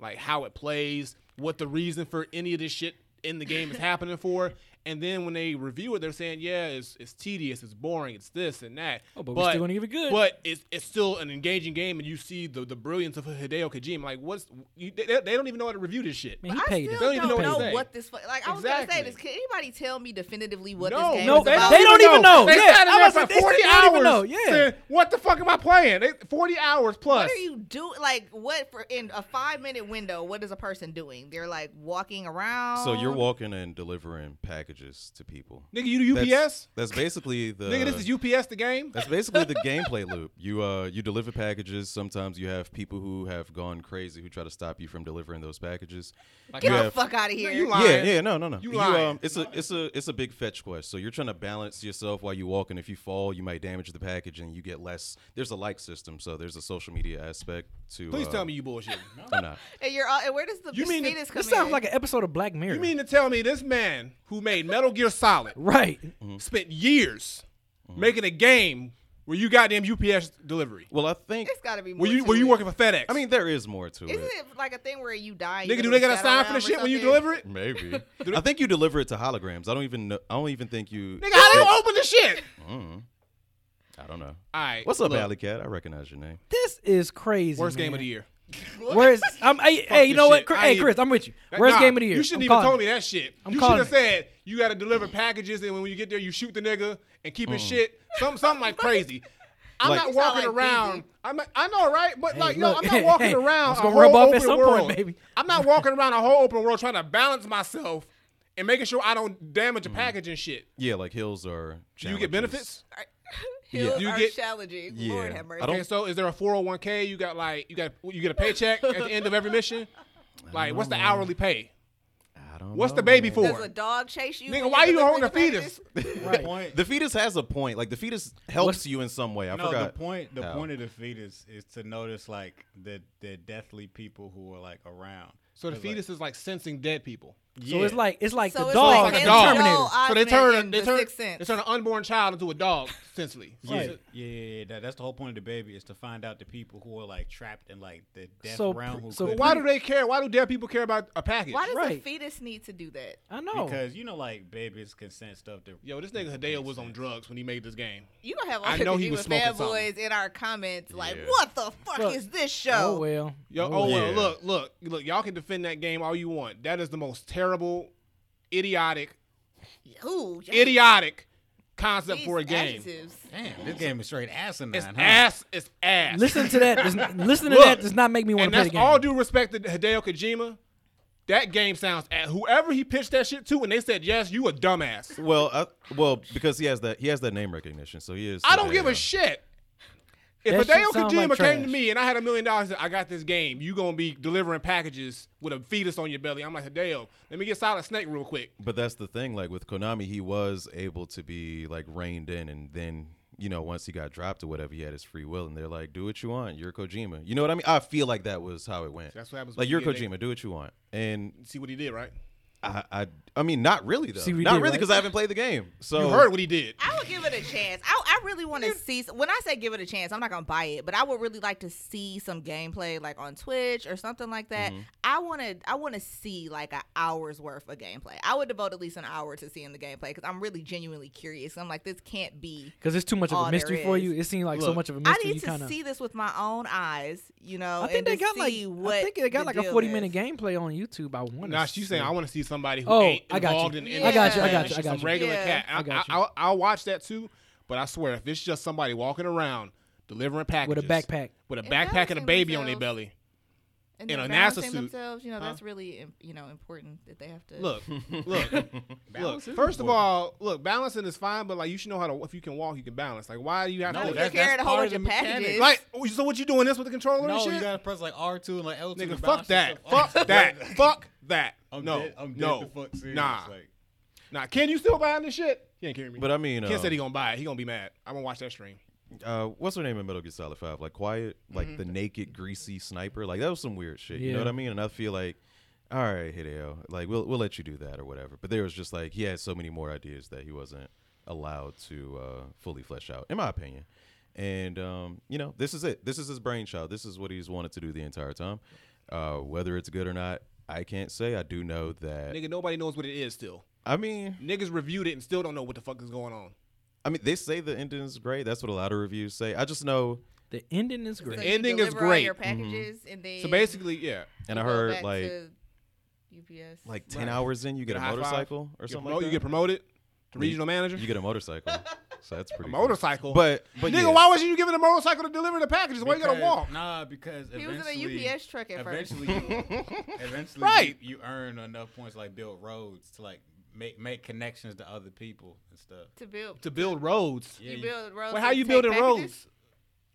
like how it plays, what the reason for any of this shit in
*laughs*
the game is happening for. And then when they review it, they're saying, "Yeah, it's, it's tedious, it's boring, it's this and that."
Oh, but we're still gonna give it good.
But it's, it's still an engaging game, and you see the, the brilliance of Hideo Kojima. Like, what's you, they, they don't even know how to review this shit.
Man, he
I
paid
still
it.
They don't even
don't
know what to
know
say.
what this. fu- Like I was gonna say
Exactly.
this. Can anybody tell me definitively what
No,
this game
no,
is
they,
about?
they don't even know.
They
yeah,
sat in
I'm
there
about
for
to say, they
40
still
hours.
don't even know. Yeah.
saying, what the fuck am I playing? They- 40 hours plus.
What are you doing? Like what for in a five minute window? What is a person doing? They're like walking around.
So you're walking and delivering packages to people.
Nigga, you do UPS?
That's, that's basically the
Nigga, this is UPS the game?
That's basically the gameplay loop. You uh you deliver packages. Sometimes you have people who have gone crazy who try to stop you from delivering those packages.
Get
you
the
have-
fuck out of here.
you lying.
Yeah, yeah, no, no, no. um,
You lying.
it's a it's a it's a big fetch quest. So you're trying to balance yourself while you walk, and if you fall, you might damage the package, and you get less. There's a like system, so there's a social media aspect to.
Please
uh,
tell me you
*laughs*
bullshit.
I'm not.
and you're all, and where does the
You mean
penis come
This sounds
in?
like an episode of Black Mirror.
You mean to tell me this man who made Metal Gear Solid
right?
spent years making a game where you goddamn UPS delivery?
Well, I think.
it's got to be. More
Were you
to
were you
it.
working for FedEx?
I mean, there is more to
Isn't it like a thing where you die? and you
nigga, do they
gotta
got a
settle
sign for
around
the
or
shit when you
something? *laughs*
deliver it?
Maybe. I think you deliver it to holograms. I don't even know. I don't even think you.
Nigga, how they open the shit?
I don't know.
All right.
What's up,
look,
Alley Cat? I recognize your name.
This is crazy.
Worst game
man.
of the year.
Where's I'm? Hey, hey, you
this
know what?
shit.
Chris-
I
Hey,
ain't-
Chris, I'm with you. Worst
Nah,
game of the year.
You shouldn't
I'm
even
calling
told
it.
me that shit.
I'm
you should
calling
have
it.
said you got to deliver packages, and when you get there, you shoot the nigga and keep his shit. Some something like crazy. I'm
Like-
not
It's
not
walking
like
around.
easy.
I'm not, I know, right? But
Hey,
like, yo,
look,
I'm not walking
hey, *laughs*
around
it's
a
gonna
whole
rub off
open
at some point,
world.
baby.
I'm not walking around a whole open world trying to balance myself and making sure I don't damage a package and shit.
Yeah, like hills are.
Do you get
challenges.
benefits?
Hills
You
are
get-
challenging.
Yeah.
Lord have mercy.
I don't-
Okay, so is there a 401k? You got like you got you get a paycheck at the end of
*laughs*
every mission. Like, what's the hourly pay?
I don't
What's
know,
the baby
man.
for?
Does a dog chase you?
Nigga,
when
why you
delivering
holding a
the packages?
fetus?
Right.
The fetus has a point. Like the fetus helps you in some way. I
no,
forgot.
the point the
how.
point of the fetus is to notice like the the deathly people who are like around.
So the
'Cause, like,
fetus is like sensing dead people.
So it's
yeah.
like it's like Oh,
So
the
it's
dog,
like
in
a dog.
Terminator.
Joel Osment
so they turn
in
they
The
turn
Sixth Sense.
they turn an unborn child into a dog essentially. So
Yeah,
it's-
yeah, yeah, yeah. That, that's the whole point of the baby is to find out the people who are like trapped in like the death
So
realm.
pr-
Who
so
couldn't-
Why do they care? Why do dead people care about a package?
Why does the
Right.
fetus need to do that?
I know.
Because you know, like babies consent stuff. To,
Yo, this nigga Hideo was on drugs when he made this game.
You gonna have all
I
the
know he
Kojima
was smoking
fanboys in our comments like,
Yeah.
"What the fuck
Look.
is
oh
this show?"
well.
Yo, oh, well,
yeah.
look, look, look. Y'all can defend that game all you want. That is the most terrible, idiotic,
Who? Y'all-
idiotic concept
these
for a game.
adjectives.
damn, this game is straight asinine.
It's
huh?
ass. It's ass.
Listen to that. does- Listen to
Look,
that does not make me want
and
to play the
that's
game.
all due respect to Hideo Kojima. That game sounds. Ass. Whoever he pitched that shit to, and they said yes, you a dumbass.
Well, I, well, because he has that he has that name recognition, so he is.
I don't give
yeah.
a shit.
That
If
shit
Hideo
sound
Kojima
like
came to
trash.
me and I had a million dollars, and I got this game. You gonna be delivering packages with a fetus on your belly? I'm like Hideo. Let me get Solid Snake real quick.
But that's the thing. Like with Konami, he was able to be like reined in, and then you know once he got dropped or whatever, he had his free will, and they're like, "Do what you want. You're Kojima." You know what I mean? I feel like that was how it went.
That's what happens
Like
when
you're
you get-
Kojima. do what you want, and
See what he did, right?
I, I, I mean, not really though.
See what he
not
did,
really
right?
because I haven't played the game. So
You heard what he did.
I would give it a chance. I, I really want to see. When I say give it a chance, I'm not gonna buy it, but I would really like to see some gameplay, like on Twitch or something like that.
Mm-hmm.
I want to. I want to see like an hour's worth of gameplay. I would devote at least an hour to seeing the gameplay because I'm really genuinely curious. I'm like, this can't be.
Because it's too much
all
of a
there
mystery for
is.
you. It seemed like so
Look,
much of a
I
mystery.
need
you
to
kinda,
see this with my own eyes, you know.
I think
and
they
to
got like
see what
I think they got
the
like a
deal
forty
is.
minute gameplay on YouTube. I want to.
Nah, she's saying I want to see somebody who
Oh,
ain't
I got you.
involved in
I got you, I
industry.
got you,
She's
I got
some
you.
regular
Yeah.
cat.
I got you.
I, will I'll watch that too, but I swear, if it's just somebody walking around delivering packages
with a backpack.
with a
And
backpack and a
balancing
baby on their
themselves.
belly.
and
in
they're
a NASA
balancing
suit.
Themselves, you know,
Huh?
that's really im- you know important that they have to
Look, look, look. First of all, look, balancing is fine, but like you should know how to. If you can walk, you can balance. Like, why do you have
No,
to?
If
Oh, that-
you're
that's
carrying a whole
part
bunch
of
of
the
packages.
mechanics.
like, oh, so what you doing this with the controller and
No,
shit?
you gotta press like R two and like L two. *laughs*
Nigga, fuck that. Fuck that. Fuck that.
I'm
no,
dead- I'm dead
no,
the fuck serious.
nah,
Like,
nah. Ken, you still buying this shit? He ain't hearing me.
But I mean,
Ken
uh,
said he gonna buy it. He gonna be mad. I'm gonna watch that stream.
uh, what's her name in Metal Gear Solid Five? Like Quiet, like
Mm-hmm.
the naked, greasy sniper. Like that was some weird shit. You know
Yeah.
what I mean? And I feel like, all right, Hideo, like we'll we'll let you do that or whatever. But there was just like he had so many more ideas that he wasn't allowed to uh, fully flesh out, in my opinion. And um, you know, this is it. This is his brainchild. This is what he's wanted to do the entire time. Uh, whether it's good or not, I can't say. I do know that.
Nigga, nobody knows what it is still.
I mean,
Niggas reviewed it and still don't know what the fuck is going on.
I mean, they say the ending's great. That's what a lot of reviews say. I just know,
The ending is
So
great.
you
Ending is
deliver all your
great. Mm-hmm.
packages and then
So basically, yeah.
and I
you go
heard
back
like.
to UPS.
like 10
Right.
hours in you get
Get
a
a high five.
motorcycle or
You get,
something
promote-
like
you
that.
get promoted to
Well, you-
regional manager.
you get a motorcycle so that's
*laughs*
pretty
a
cool.
motorcycle.
but but
nigga,
yeah.
why was you giving a motorcycle to deliver the packages? Why you gotta
because-
walk?
Nah, because
he was in
eventually-
a UPS truck at first. *laughs*
eventually, you- eventually,
Right.
You, you earn enough points to, like build roads to like make make connections to other people and stuff.
to build.
To build roads.
Yeah,
you
you-
build roads.
Wait, how
to
you
take
building
packages?
roads?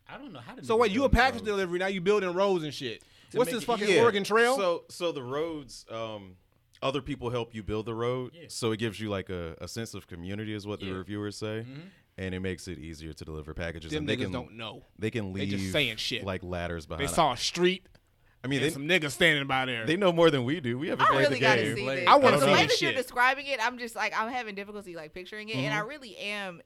I don't know how to.
So what? You a package delivery now? You building roads and shit. What's
make
this
it
fucking
Yeah.
Oregon Trail?
so so the roads um other people help you build the road
Yeah.
so it gives you like a, a sense of community is what the
Yeah.
reviewers say and it makes it easier to deliver packages
Mm-hmm. Them
and they
niggas
can
don't know.
they can
They
leave
just saying shit.
like ladders
They
behind
saw a street
I mean
and
they,
some niggas standing by there.
they know more than we do we haven't
I
played
really
the
gotta
game
see
Like,
this.
I wanna
the
see this
way that you're
shit. Mm-hmm.
describing it, I'm just like I'm having difficulty like picturing it, and I really am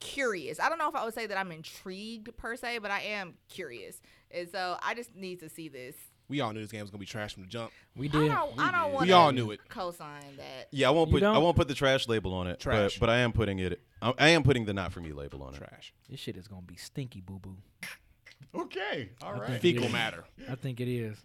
curious. I don't know if I would say that I'm intrigued per se, but I am curious, and so I just need to see this.
we all knew this game was gonna be trash from the jump.
We did.
I don't. I don't want.
We all knew it.
Co-sign that.
yeah I won't
You
put I
don't?
won't put the trash label on it
Trash.
but but I am putting it I, I am putting the not for me label on it
Trash.
This shit is gonna be stinky, boo boo.
Okay, all right.
Fecal
Yeah.
matter.
I think it is.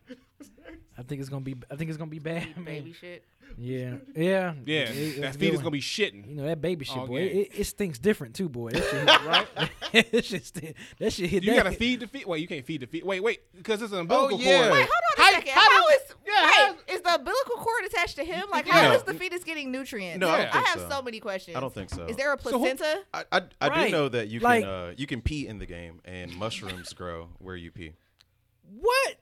I think it's gonna be. I think it's gonna be bad,
Baby
man.
shit.
Yeah, yeah,
Yeah,
It-
that
it's a
feed
good
is gonna
one.
be shitting.
You know that baby shit,
all
boy.
game.
It, it stinks different too, boy. That
*laughs*
shit, right? *laughs* that shit, stink- that shit hit.
You
that
gotta
hit-
feed the feed. Wait, you can't feed the feed. Wait, wait, because it's an umbilical
yeah.
cord.
Wait,
Wait, hold on a
How-
second.
how
how
does-
is
yeah,
wait, is the umbilical cord attached to him? Like,
Yeah.
how is the fetus getting nutrients?
No, I don't
I
think
have
so.
so. many questions.
I don't think so
Is there a
who-
placenta?
I, I, I do
Right.
know that you
Like-
can uh, you can pee in the game and mushrooms grow where you pee.
what?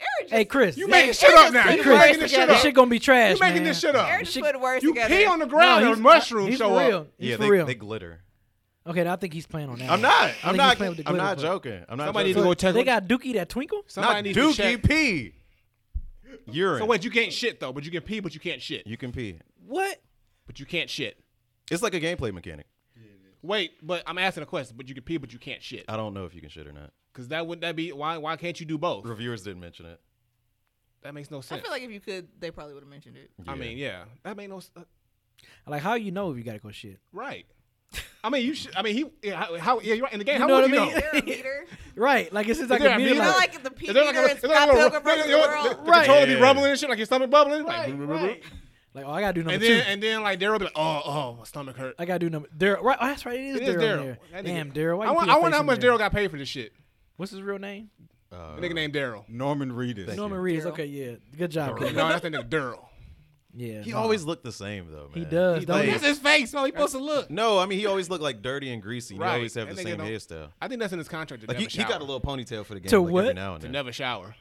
Eric
Hey,
just-
Chris.
You
that-
making shit up now.
Hey,
You
Chris,
making this shit
This shit
up.
gonna be trash.
You making
man.
this shit up.
Eric just put words
You
together.
pee on the
No,
ground
he's-
and mushrooms
he's
show
for real.
up.
He's
yeah,
for
they,
real.
they glitter.
okay, I think he's playing on that.
I'm
one.
not.
I
I'm
think he's
not.
playing with the
I'm
glitter
not
part.
joking. I'm not.
Somebody
joking.
go check
They
what-
got Dookie that twinkle.
Somebody
not
needs to
Dookie
check.
pee. Urine.
So wait, you can't shit though, but you can pee, but you can't shit.
you can pee.
What?
But you can't shit.
It's like a gameplay mechanic.
Wait, but I'm asking a question. But you can pee, but you can't shit.
I don't know if you can shit or not.
Because that wouldn't that be why? Why can't you do both?
Reviewers didn't mention it.
That makes no
I
sense.
feel like if you could, they probably would have mentioned it.
I
Yeah.
mean, yeah, that made no s- uh,
Like how you know if you gotta go shit?
*laughs*
right. I mean, you should. I mean, he. yeah, How? how yeah, you're right. In the game,
You
how
know
would
what I
Oh.
you
mean?
know?
They're a
*laughs*
meter.
Right. Like it's just like
there
a
a
meter,
meter?
You know,
like-
like the pee
Is there
meter
like
and
a, is there like a
Scott
little,
Pilgrim versus the
you know, the,
world.
the controller be
Yeah.
rumbling and shit, like your stomach bubbling, like,
Right, right. Like oh, I gotta do number
and
two.
then and then like Daryl be like, oh, oh, my stomach hurt.
I gotta do number Daryl. Right, oh, that's right. It
It
is
is
Daryl.
Daryl.
in there.
That nigga-
Damn, Daryl. Why
I,
you
want,
put your
I wonder
face
how
in
much
there?
Daryl got paid for this shit.
What's his real name?
Uh,
The nigga named Daryl.
*laughs*
Norman Reedus.
Norman Reedus.
Daryl.
Okay, yeah. Good job.
Daryl.
Kevin.
no, that's the nigga Daryl.
Yeah.
He
no.
always looked the same though. Man.
He does, don't
like-
he?
That's his face. How he supposed to look?
No, I mean he always looked like dirty and greasy. He
Right.
always have
That
the
nigga
same
don't-
hairstyle.
I think that's in his contract. To
Like he,
never
he
shower.
got a little ponytail for the game.
To
like,
what?
Every now and
to
then.
never shower.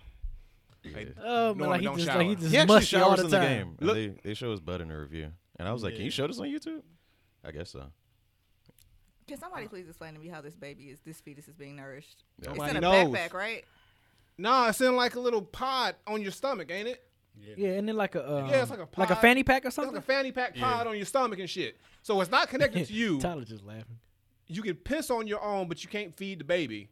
Like,
Oh man, like he
don't
just like he
shower.
just
He actually
mushy all
showers
the
in the
time.
game. and They, they show his butt in a review. And I was like, can you show this on YouTube? I guess so.
Can somebody please explain to me how this baby is, this fetus is being nourished?
Nobody
it's in a
knows.
backpack, right?
nah, it's in like a little pod on your stomach, ain't it?
Yeah, and then like a um,
Yeah, it's like a pod.
fanny pack or
It's like
something.
a fanny pack pod on your stomach and shit. So *laughs* it's not
*laughs*
connected to you.
Tyler just laughing.
You can piss on your own, but you can't feed the baby.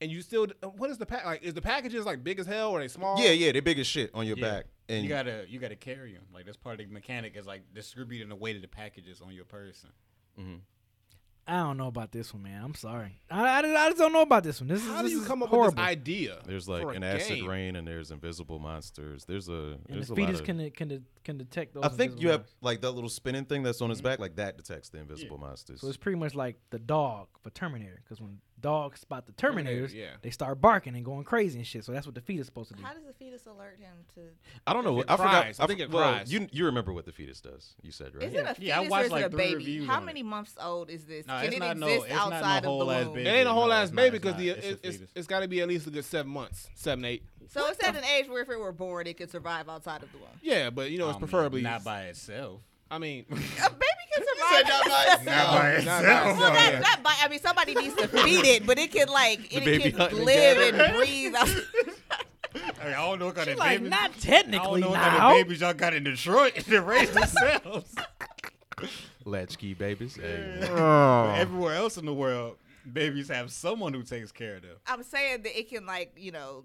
And you still, what is the pack? Like, is the packages like big as hell or are they small?
Yeah, yeah, they big as shit on your
Yeah.
back. And
you gotta you gotta carry them. Like that's part of the mechanic is like distributing the weight of the packages on your person.
I don't know about this one, man. I'm sorry. I, I, I just don't know about this one. This is
How do
this
you
is
come up
horrible.
with this idea?
there's like
for a
an acid
game?
rain, and there's invisible monsters. There's a
And
there's
the
a lot
fetus
of-
can can can detect those.
I think you
invisible
have
lines.
like that little spinning
Mm-hmm.
thing that's on his back, like that detects the invisible monsters.
So it's pretty much like the dog for Terminator, because when dog spot the Terminators,
yeah.
they start barking and going crazy and shit. So that's what the feet is supposed to do.
How does the fetus alert him to?
I don't know. What,
It
I forgot.
cries. I think it
well,
cries.
You you remember what the fetus does? You said right.
Is it a fetus
Yeah, I
or
watched,
is
like,
it a
three
baby?
reviews
How
on it.
many months old is this?
No,
Can
it's
it
not no-
exist
it's not no
outside of
whole
the
ass
womb?
It
baby.
ain't a whole
No,
ass
it's not,
baby
it's
because
not.
the
It's a
it, it's,
fetus.
it's got to be at least a good seven months, seven eight.
So it's at an age where if it were born, it could survive outside of the womb.
Yeah, but you know it's
Um,
preferably.
not by itself.
I mean,
A baby can survive. *laughs*
Not by
*laughs* not
itself.
Well, not, not by, I mean, somebody needs to feed it, but it can like it
baby
can
hunting
*laughs*
live and breathe.
I, mean, I don't know what kind of
Like
babies.
not
I don't
technically
know what kind
now.
of babies y'all got in Detroit *laughs* that raised themselves.
Latchkey babies. Hey,
Everywhere else in the world, babies have someone who takes care of them.
I'm saying that it can like you know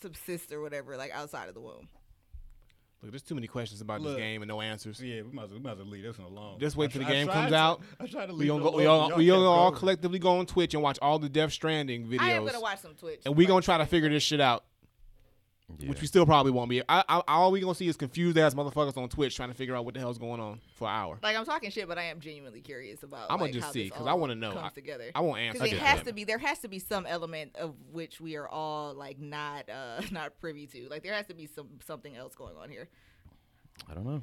subsist or whatever, like outside of the womb.
look, there's too many questions about
Look.
this game and no answers.
Yeah, we might as well, we might as well leave this one alone.
Just wait till the
I
game
tried
comes
to-
out.
I tried to leave
We gonna
it
go. We
alone,
all
y'all
we
kept
gonna all
going.
collectively go on Twitch and watch all the Death Stranding videos.
I am gonna watch some Twitch,
and we
like,
gonna try to figure this shit out,
yeah.
which we still probably won't be. I, I, all we gonna see is confused ass motherfuckers on Twitch trying to figure out what the hell's going on for an hour.
Like I'm talking shit, but I am genuinely curious about.
I'ma
like,
just
how
see,
this
'cause I
all
wanna know.
comes
I-
together.
I won't answer.
Because it
that.
has to be there has to be some element of which we are all like not uh *laughs* not privy to. Like there has to be some something else going on here.
I don't know.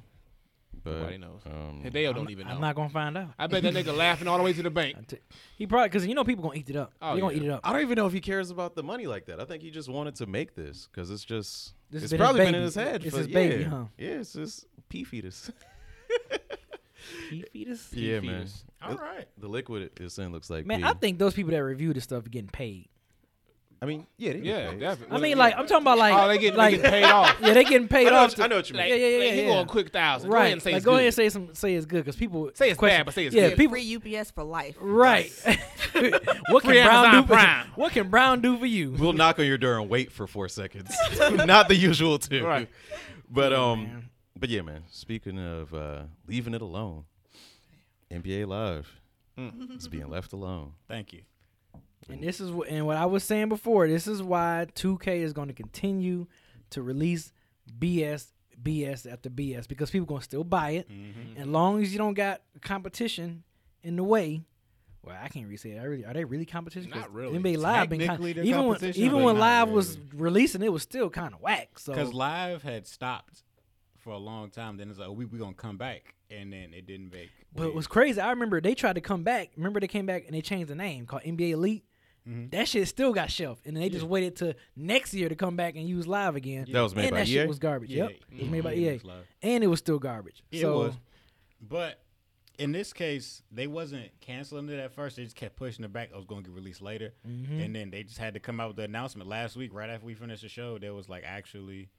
But
Nobody knows.
Um,
Hideo don't even know.
I'm not gonna find out.
I bet that nigga laughing all the way to
*laughs*
the bank.
T- He probably because you know people gonna eat it up.
Oh,
they gonna
yeah.
eat it up.
I don't even know if he cares about the money like that. I think he just wanted to make this because it's just
This has
it's
been his
probably been in
baby.
his head.
It's
for,
his baby,
yeah.
huh?
Yeah, it's just
*laughs*
pea fetus.
He feed us.
yeah,
fetus.
man.
All
The-
right.
The liquid it's in looks like
Man,
pee.
I think those people that review this stuff are getting paid.
I mean, yeah, they get
Yeah,
paid.
definitely.
I mean, like I'm talking about like
oh, they get
like
they get
*laughs*
paid off.
yeah, they getting paid
I know,
off.
what- I know what you mean.
yeah, yeah, yeah,
He
yeah.
going quick thousand. Go
right.
ahead and say
like,
it's
go
good.
ahead and say some say it's good because people
Say it's
question-
bad, but say it's
yeah,
good.
people
Free UPS for life.
right. *laughs*
*laughs*
what can
Free
Brown do?
Amazon
For,
Prime.
What can Brown do for you?
We'll knock on your door and wait for
*laughs*
four seconds. *laughs* Not the usual two.
Right.
But
Oh,
um but yeah, man. Speaking of uh leaving it alone. NBA Live.
Mm.
It's being left alone.
Thank you.
And this is what and what I was saying before. This is why 2K is going to continue to release BS, BS after BS because people gonna still buy it.
Mm-hmm.
And long as you don't got competition in the way, well, I can't really say. It. I really are they really competition? 'Cause
Not really.
NBA Live been kind
Technically, they're
even when
competition,
even
but
when
not
Live
really.
was releasing, it was still kind of whack. So
Because live had stopped for a long time. Then it's like, oh, we we gonna come back, and then it didn't make.
But it
waves.
was crazy. I remember they tried to come back. Remember they came back and they changed the name called NBA Elite.
Mm-hmm.
That shit still got shelved, and they just waited till next year to come back and use live again.
That was made
and
by
that
E
EA?
shit was garbage. Yep,
Yeah.
it was made by E
Mhm.
EA,
It
Mm-hmm.
was live.
and it was still garbage.
It
so
was. But in this case, they wasn't canceling it at first. They just kept pushing it back. It was going to get released later,
Mm-hmm.
and then they just had to come out with the announcement last week, right after we finished the show. There was like, actually,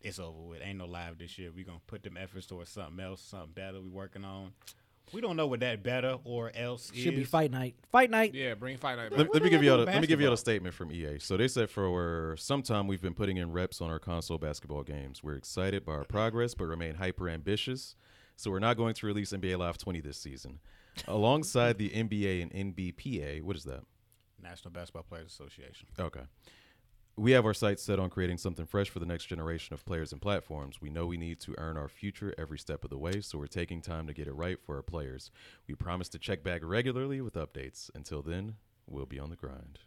it's over with. Ain't no live this year. We gonna put them efforts towards something else, something better. We working on. We don't know what that better or else
should be
is.
fight night. Fight night.
Yeah, bring Fight Night back.
Let, let me
do
give
they
you
do
all.
with
Let me give you all a
basketball?
statement from EA. So they said for some time we've been putting in reps on our console basketball games. We're excited by our progress, but remain hyper ambitious. So we're not going to release NBA Live 20 this season, alongside the NBA and NBPA. What is that?
National Basketball Players Association.
Okay. We have our sights set on creating something fresh for the next generation of players and platforms. We know we need to earn our future every step of the way, so we're taking time to get it right for our players. We promise to check back regularly with updates. Until then, we'll be on the grind.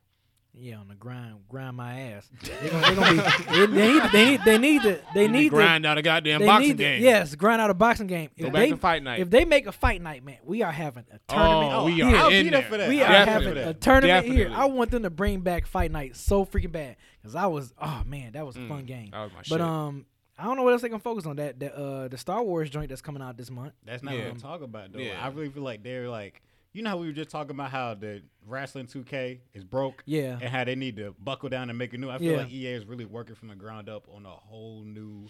Yeah, on the grind, grind my ass. They're gonna, they
*laughs*
gonna be. They need. They need. They need to. They
Need to
need to.
grind out a goddamn
They
boxing
need to-
game.
yes, grind out a boxing game. If
back
they,
to fight night.
If they make a fight night, man, we are having a tournament.
Oh, we
here.
are
I'll
in
be
there
there for that.
We are
Definitely.
having a tournament here.
Definitely.
I want them to bring back Fight Night so freaking bad because I was oh man, that was a fun game.
that was my
but
shit.
um, I don't know what else they can focus on. That the uh the Star Wars joint that's coming out this month.
That's not
Yeah.
what I'm talking about though.
Yeah.
I really feel like they're like you know how we were just talking about how the wrestling 2K is broke,
Yeah.
and how they need to buckle down and make it new. I feel
Yeah.
like EA is really working from the ground up on a whole new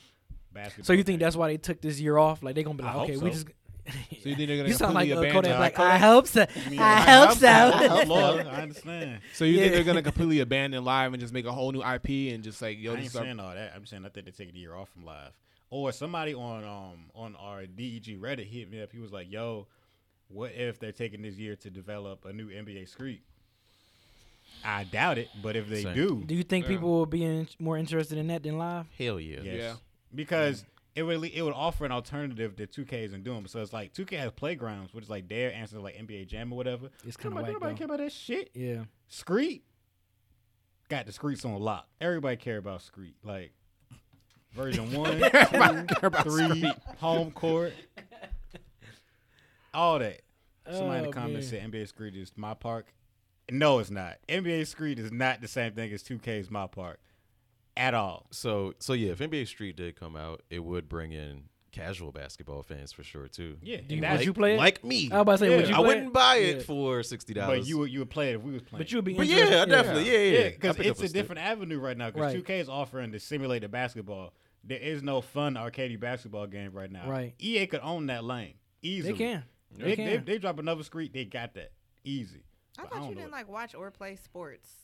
basketball.
So you think
game.
that's why they took this year off? Like they're gonna be like,
hope
okay, we
so.
just. *laughs*
So you think they're gonna
you sound like uh,
completely
Kodak
abandon-
Black.
Kodak?
I hope so. I hope so.
*laughs* Oh,
*laughs*
Lord, I understand.
So you
Yeah.
think they're gonna completely abandon live and just make a whole new IP and just like
I
yo,
ain't
this is our-
saying all that. I'm saying I think they take a year off from live. Or somebody on um on our DEG Reddit hit me up. He was like, "Yo, what if they're taking this year to develop a new NBA Street?" I doubt it, but if they
Same.
do,
Do you think
Yeah.
people will be in, more interested in that than live?
Hell yeah.
Yes.
Yeah.
Because it really it would offer an alternative that 2K isn't doing. So it's like 2K has playgrounds, which is like their answer to like NBA Jam or whatever.
It's kinda
nobody,
whack,
nobody
though.
care about that shit.
Yeah.
Screet got the Screets on lock. Everybody care about Screet. Like
*laughs*
version one, two, three, home court, all that. Somebody in
Oh,
the comments
man.
said NBA Screet is my park. No, it's not. NBA Screet is not the same thing as 2K's my park at all.
So so yeah, if NBA Street did come out, it would bring in casual basketball fans for sure too.
Yeah,
Do you,
that's-
would you play it?
Like me.
I was about to say,
Yeah.
would you
I
play
wouldn't
it?
buy it
Yeah.
for sixty dollars.
but you would you would play it if we was playing.
But you'd be
But
interested-
yeah, I definitely, yeah, yeah.
Yeah,
I
because
pick up
it's a
stick.
different avenue right now. Because
Right.
2K is offering to simulate the basketball. There is no fun arcade basketball game right now.
Right.
EA could own that lane easily.
They can.
They,
They
they,
can.
they drop another screen. They got that easy.
I
But
thought
don't
you
know
didn't
what-
like watch or play sports.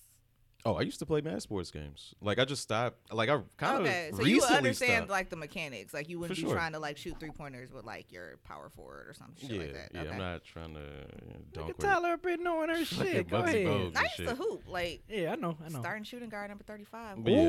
Oh, I used to play mad sports games. Like I just stopped. Like I kind of
okay, so you
recently
understand
stopped.
like the mechanics. Like you wouldn't
For
be
sure.
trying to like shoot three pointers with like your power forward or some shit
yeah,
like that.
yeah.
okay.
I'm not trying to
Look
don't
at Tyler up here knowing her
Look
shit.
at
Go
Bugsy
ahead.
Bogues.
I
and
used to
shit.
hoop like
Yeah, I know. I know.
starting shooting guard number thirty five.
But yeah, I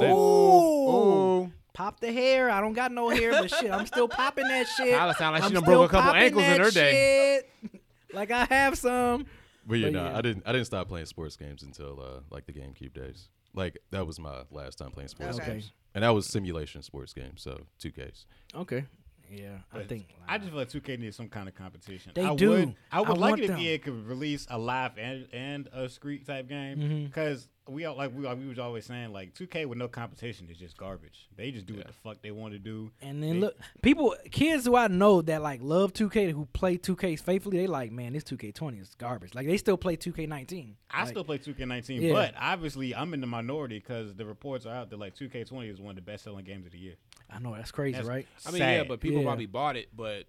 didn't-
Ooh. Pop the hair. I don't got no hair, but shit, I'm still popping
*laughs*
that shit.
Tyler sound like she
I'm
done broke a
still
couple
popping
ankles in
that
her day.
shit. Like I have some.
But yeah,
But
nah,
yeah.
I didn't. I didn't stop playing sports games until uh, like the GameCube days. Like that was my last time playing sports
Okay.
games, and that was simulation sports games. So two Ks.
Okay. Yeah, I
But
think.
I just feel like 2K needs some kind of competition.
They
I
do.
Would, I would
I
like
want
it if
them.
EA could release a live and and a screen type game
Mhm.
because we all like we like we was always saying like 2K with no competition is just garbage. They just do what the fuck they want to do.
and then
They-
look, people, kids who I know that like love 2K who play 2K faithfully, they like, man, this 2K20 is garbage. Like they still play 2K19.
I
Like,
still play 2K19,
Yeah.
but obviously I'm in the minority because the reports are out that like 2K20 is one of the best selling games of the year.
I know that's crazy,
That's
right?
I mean, yeah,
sad.
but people
Yeah.
probably bought it, but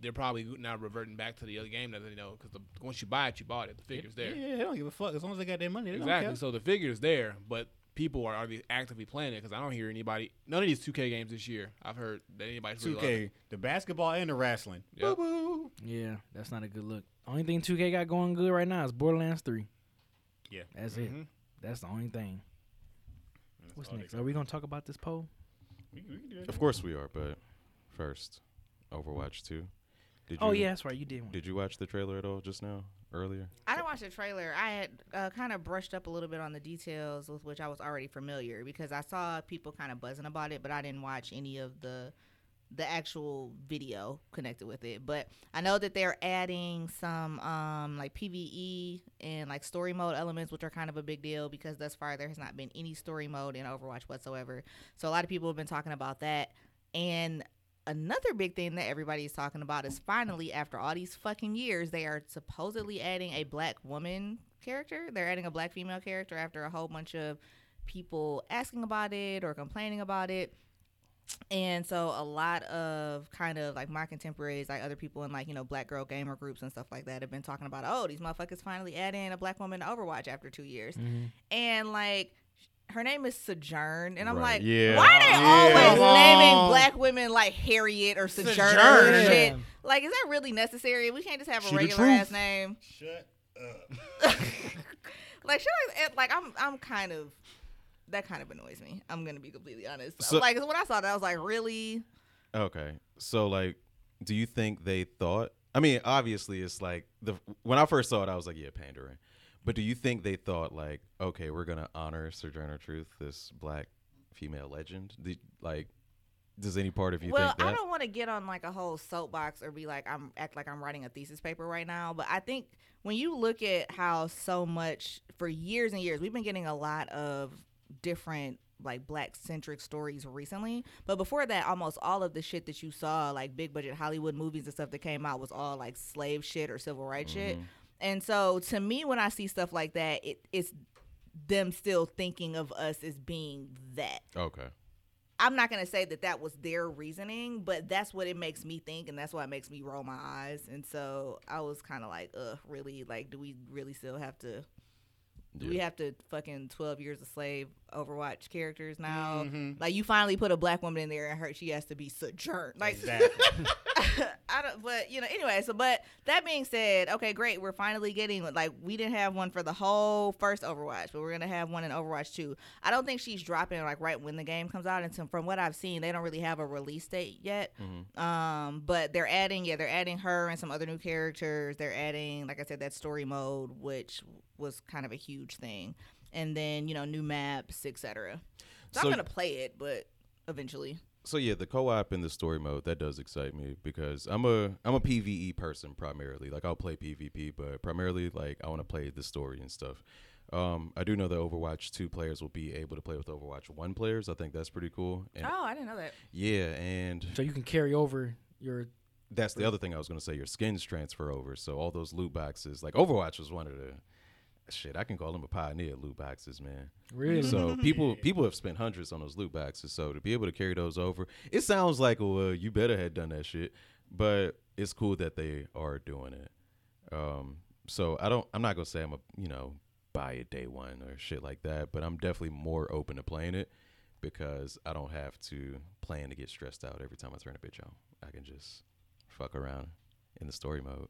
they're probably now reverting back to the other game that they know because once you buy it, you bought it. The figure's there.
yeah, they don't give a fuck as long as they got their money. They
Exactly.
don't care.
So the figure's there, but people are already actively playing it because I don't hear anybody. None of these 2K games this year. I've heard that anybody's really
2K,
loving it.
the basketball and the wrestling.
Yeah.
Boo-boo.
Yeah, that's not a good look. Only thing 2K got going good right now is Borderlands 3.
Yeah. Mm-hmm.
That's it.
Mhm.
That's the only thing.
That's
What's
all they
next?
got.
Are we gonna talk about this poll?
We can- we can do that.
Of course we are, but first, Overwatch two. Did
Oh yeah, that's right. You did one.
Did you watch the trailer at all just now? Earlier?
I didn't watch the trailer. I had uh, kind of brushed up a little bit on the details with which I was already familiar because I saw people kind of buzzing about it, but I didn't watch any of the the actual video connected with it. But I know that they're adding some um, like PVE and like story mode elements, which are kind of a big deal because thus far there has not been any story mode in Overwatch whatsoever. So a lot of people have been talking about that. And another big thing that everybody's talking about is finally, after all these fucking years, they are supposedly adding a black woman character. They're adding a black female character after a whole bunch of people asking about it or complaining about it. And so a lot of kind of like my contemporaries, like other people in like, you know, black girl gamer groups and stuff like that have been talking about, oh, these motherfuckers finally add in a black woman to Overwatch after two years.
Mm-hmm.
And like her name is Sojourn. And I'm
Right.
like,
Yeah.
why are they always
Come on.
naming black women like Harriet or Sojourner or
Sojourner.
shit?
Yeah.
Like, is that really necessary? We can't just have
She
a
the
regular
truth.
ass name.
Shut up.
Like, shit like, it- like I'm, I'm kind of. That kind of annoys me. I'm gonna be completely honest.
So-
like when I saw that, I was like, "Really?
Okay. So like, do you think they thought? I mean, obviously, it's like the when I first saw it, I was like, yeah, pandering. But do you think they thought like, okay, we're gonna honor Sojourner Truth, this black female legend? Did, like, does any part of you
well,
think that?
I don't want to get on like a whole soapbox or be like I'm act like I'm writing a thesis paper right now, but I think when you look at how so much for years and years we've been getting a lot of different like black centric stories recently, but before that almost all of the shit that you saw like big budget Hollywood movies and stuff that came out was all like slave shit or civil rights shit.
Mm-hmm.
And so to me when I see stuff like that, it it's them still thinking of us as being that.
okay.
I'm not gonna say that that was their reasoning, but that's what it makes me think, and that's why it makes me roll my eyes. And so I was kind of like, ugh, really? Like, do we really still have to? Do we
Yeah.
have to fucking 12 years a slave Overwatch characters
Um,
now.
Mm-hmm.
Like you finally put a black woman in there and her she has to be sojourned. Like
Exactly.
*laughs* I don't but you know anyway, so but that being said, okay, great, we're finally getting like we didn't have one for the whole first Overwatch, but we're gonna have one in Overwatch 2. I don't think she's dropping like right when the game comes out and so from what I've seen, they don't really have a release date yet. Um, but they're adding, yeah, they're adding her and some other new characters. They're adding, like I said, that story mode, which was kind of a huge thing, and then you know new maps, etc. So,
So-
I'm gonna play it, but eventually,
So yeah, the co-op and the story mode that does excite me because I'm a I'm a PVE person primarily. Like I'll play PvP, but primarily like I want to play the story and stuff. Um, I do know that Overwatch two players will be able to play with Overwatch one players. I think that's pretty cool. And
oh, I didn't know that.
yeah, and
So you can carry over your
that's the other thing I was gonna say. Your skins transfer over, so all those loot boxes, like Overwatch, was one of the shit. I can call them a pioneer of loot boxes, man.
really.
*laughs*
So people people have spent hundreds on those loot boxes. So to be able to carry those over, it sounds like well, you better had done that shit. But it's cool that they are doing it. Um, so I don't. I'm not gonna say I'm a you know buy it day one or shit like that. But I'm definitely more open to playing it because I don't have to plan to get stressed out every time I turn a bitch on. I can just fuck around in the story mode.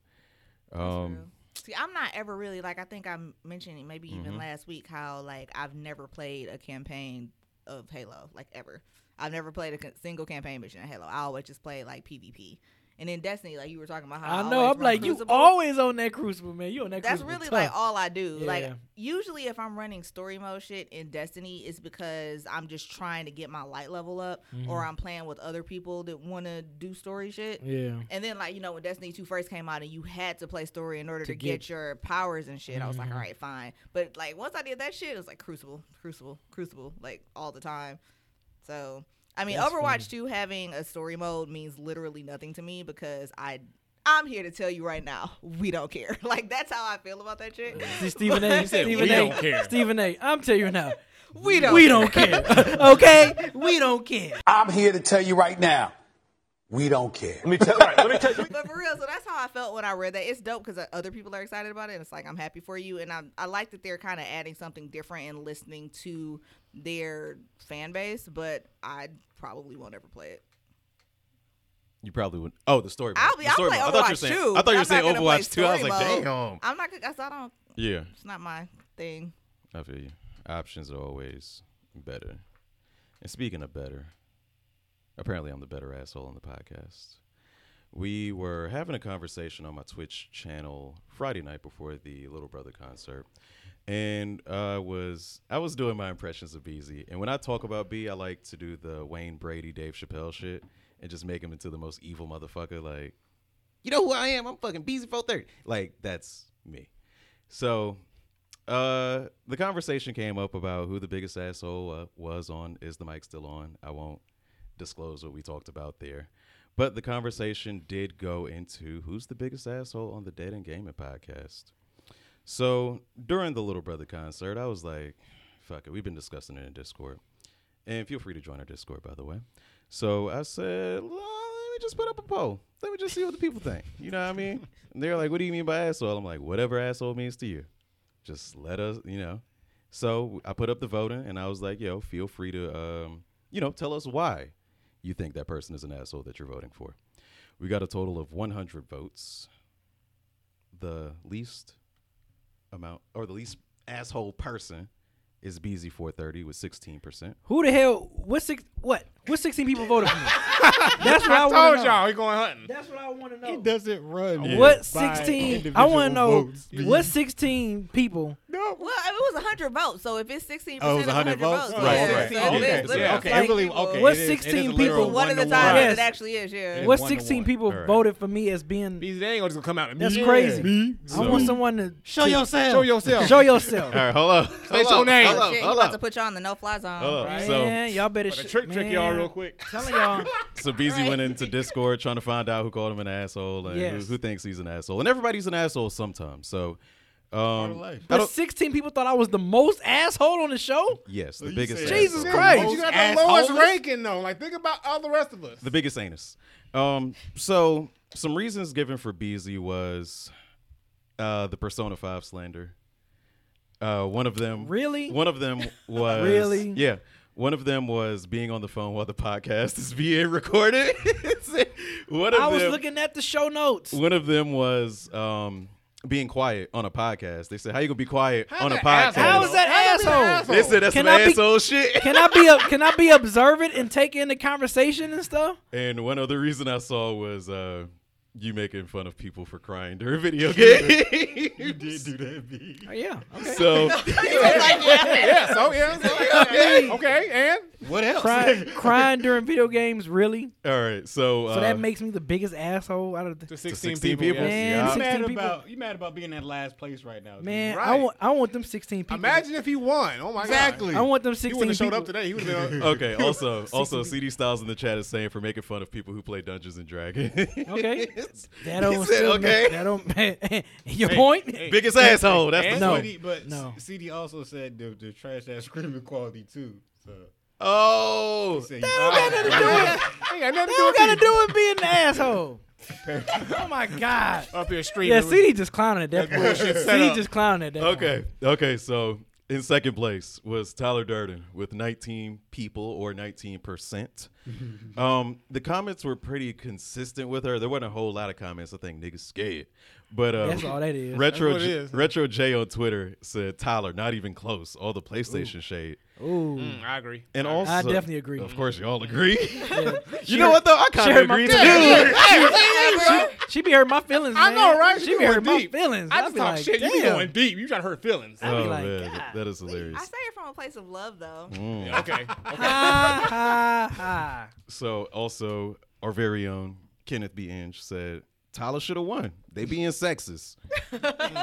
Um,
See, I'm not ever really like I think I mentioned it maybe
Mm-hmm.
even last week how like I've never played a campaign of Halo like ever. I've never played a c- single campaign mission of Halo. I always just play like PvP. And in Destiny, like you were talking about, how
I know.
always
I'm
run
like you
Crucible.
always on that crucible, man. You on that
That's
crucible.
really
tough.
like all I do. Like
Yeah.
usually if I'm running story mode shit in Destiny it's because I'm just trying to get my light level up or
Mm-hmm.
I'm playing with other people that want to do story shit.
Yeah.
And then like, you know, when Destiny 2 first came out and you had to play story in order to,
To
get, Mm-hmm.
get-
your powers and shit, I was like, "All right, fine." But like once I did that shit, it was like Crucible, Crucible, Crucible like all the time. So, I mean,
That's
Overwatch 2 having a story mode means literally nothing to me because I I'm here to tell you right now, we don't care. *laughs* Like that's how I feel about that *laughs* shit.
See, Stephen A. Stephen
we
A.
don't care.
Stephen A. I'm telling you now.
we don't.
We don't care. okay? We don't care.
*laughs* I'm here to tell you right now, we don't care. Let me tell, let me tell you.
But for real, so that's how I felt when I read that. It's dope because other people are excited about it, and it's like I'm happy for you, and I I like that they're kind of adding something different and listening to their fan base. But I probably won't ever play it.
You probably would. Oh, the story. mode.
I'll be.
The
I'll
story
play
mode.
Overwatch
I thought you were saying.
too.
I thought you were
I'm
saying
not gonna play
Overwatch two. I was
story
like,
mode.
damn.
I'm not. I, I don't.
Yeah.
It's not my thing.
I feel you. Options are always better. And speaking of better, apparently I'm the better asshole on the podcast. We were having a conversation on my Twitch channel Friday night before the Little Brother concert, and uh, was I was doing my impressions of BZ. And when I talk about B, I like to do the Wayne Brady, Dave Chappelle shit, and just make him into the most evil motherfucker. Like, you know who I am? I'm fucking BZ 430. Like that's me. So uh, the conversation came up about who the biggest asshole uh, was on is the mic still on i won't disclose what we talked about there but the conversation did go into who's the biggest asshole on the dead and gaming podcast so during the little brother concert i was like fuck it we've been discussing it in discord and feel free to join our discord by the way so i said "Well, let me just put up a poll let me just see what the people think you know what i mean and they're like what do you mean by asshole i'm like whatever asshole means to you just let us, you know. So I put up the voting and I was like, yo, feel free to, um, you know, tell us why you think that person is an asshole that you're voting for. We got a total of 100 votes. The least amount, or the least asshole person is BZ430 with 16%.
Who the hell? What six? What? What 16 people voted for me? That's what I,
I
want to
told
know.
y'all he going hunting.
That's what I want to know.
It doesn't run.
What 16?
by
I
individual
want to know
votes.
what 16 people.
Well, I mean, it was hundred votes, so if it's sixteen
Oh, it
percent,
was
of
100 votes?
votes.
Right,
yeah,
right.
so
Yeah,
it's
okay,
literally
yeah.
Okay,
like
it really.
people.
Okay,
What
it is- it is
16
literal
people?
One
to
at a time.
Yes.
It actually is. Yeah.
What
one to
16
one.
people
All right.
voted for me as being?
These they ain't gonna just come out. And
That's
yeah.
crazy. I
So-
want someone to
Show yourself.
Show yourself.
show yourself.
*laughs* All right, hold up.
Say your name.
Hold up,
Shit,
hold
he about to
up.
put you on the no fly zone. *laughs*
Hold up.
right?
So-
man, y'all better
But a
sh-
trick trick y'all
man,
real quick.
Telling y'all,
So BZ
Right.
went into Discord trying to find out who called him an asshole and
Yes.
who, who thinks he's an asshole. And everybody's an asshole sometimes. So, um,
life.
I
but
don't-
16 people thought I was the most asshole on the show.
yes, the
Oh, you
biggest.
said-
Jesus
asshole.
Christ.
You got the
Assholes.
lowest ranking though. Like think about all the rest of us.
The biggest anus. Um, so some reasons given for BZ was uh, the Persona Five slander, Uh, one of them
Really?
One of
*laughs*
them was
Really?
Yeah. One of them was being on the phone while the *laughs* podcast is being recorded. *laughs* one of
I was
them,
looking at the show notes.
One of them was um, being quiet on a podcast. They said, "How you gonna be quiet on a
that asshole?
podcast?"
How is that asshole?
They said that's
Can
some
I be-
asshole shit.
Can I be can I be observant and take in the conversation and stuff?
and one other reason I saw was uh, you making fun of people for crying *laughs* during video games. you did do that, B.
Oh, yeah. Okay.
*laughs* So
yeah, so oh, *laughs* yeah, so, yeah, okay, and
What else? *laughs*
Crying, crying during video games, really?
all right, so uh,
So that makes me the biggest asshole out of the.
to 16,
16
people.
people.
Man,
yes.
Yeah.
You
16
mad
people.
about you mad about being in last place right now? dude.
Man, I
Right.
want I want them sixteen people.
Imagine if he won. Oh my
Exactly.
I want them
god. He
sixteen
wouldn't have
people.
showed up today. He *laughs* would have been. on-
*laughs* okay. Also, also, CD Styles in the chat is saying for making fun of people who play Dungeons and *laughs* Dragons.
Okay, that don't.
said,
still
okay.
make- That don't. *laughs* eh, Your point.
Biggest asshole. That's the
No.
CD, but
No.
CD also said the, the trash ass screaming quality too. So
oh.
said
He got nothing
They
to do
don't
with
gotta
you.
do it being an
*laughs*
asshole. oh my god.
Up your street.
Yeah,
really.
CD just clowning at that point.
bullshit
CD
setup.
just clowning at that. point.
Okay. Okay. So in second place was Tyler Durden with 19 people or 19
*laughs*
percent. um, the comments were pretty consistent with her. There wasn't a whole lot of comments. I think niggas scared. But um,
That's all that is.
Retro
That's what it
J-
is.
Retro J on Twitter said Tyler, not even close. All the PlayStation shade.
Ooh.
Mm, I agree.
And also,
I definitely agree.
Of course,
*laughs*
y'all agree.
*laughs*
you
Sure.
know what though? I kind
Sure,
of
my
agree too.
dad. *laughs* She be hurting my feelings.
I
man.
know, right?
She,
You
be hurting
going
my
deep.
feelings.
I
I
just
be
talk
like,
shit.
Damn.
You going deep? You trying to hurt *laughs* feelings?
Oh
like,
man,
God.
that is
I
hilarious. Mm.
say it from a place of love, though.
Yeah, okay. Okay.
Ha ha ha.
So also our very own Kenneth B. Inge said Tyler should have won. They being sexist.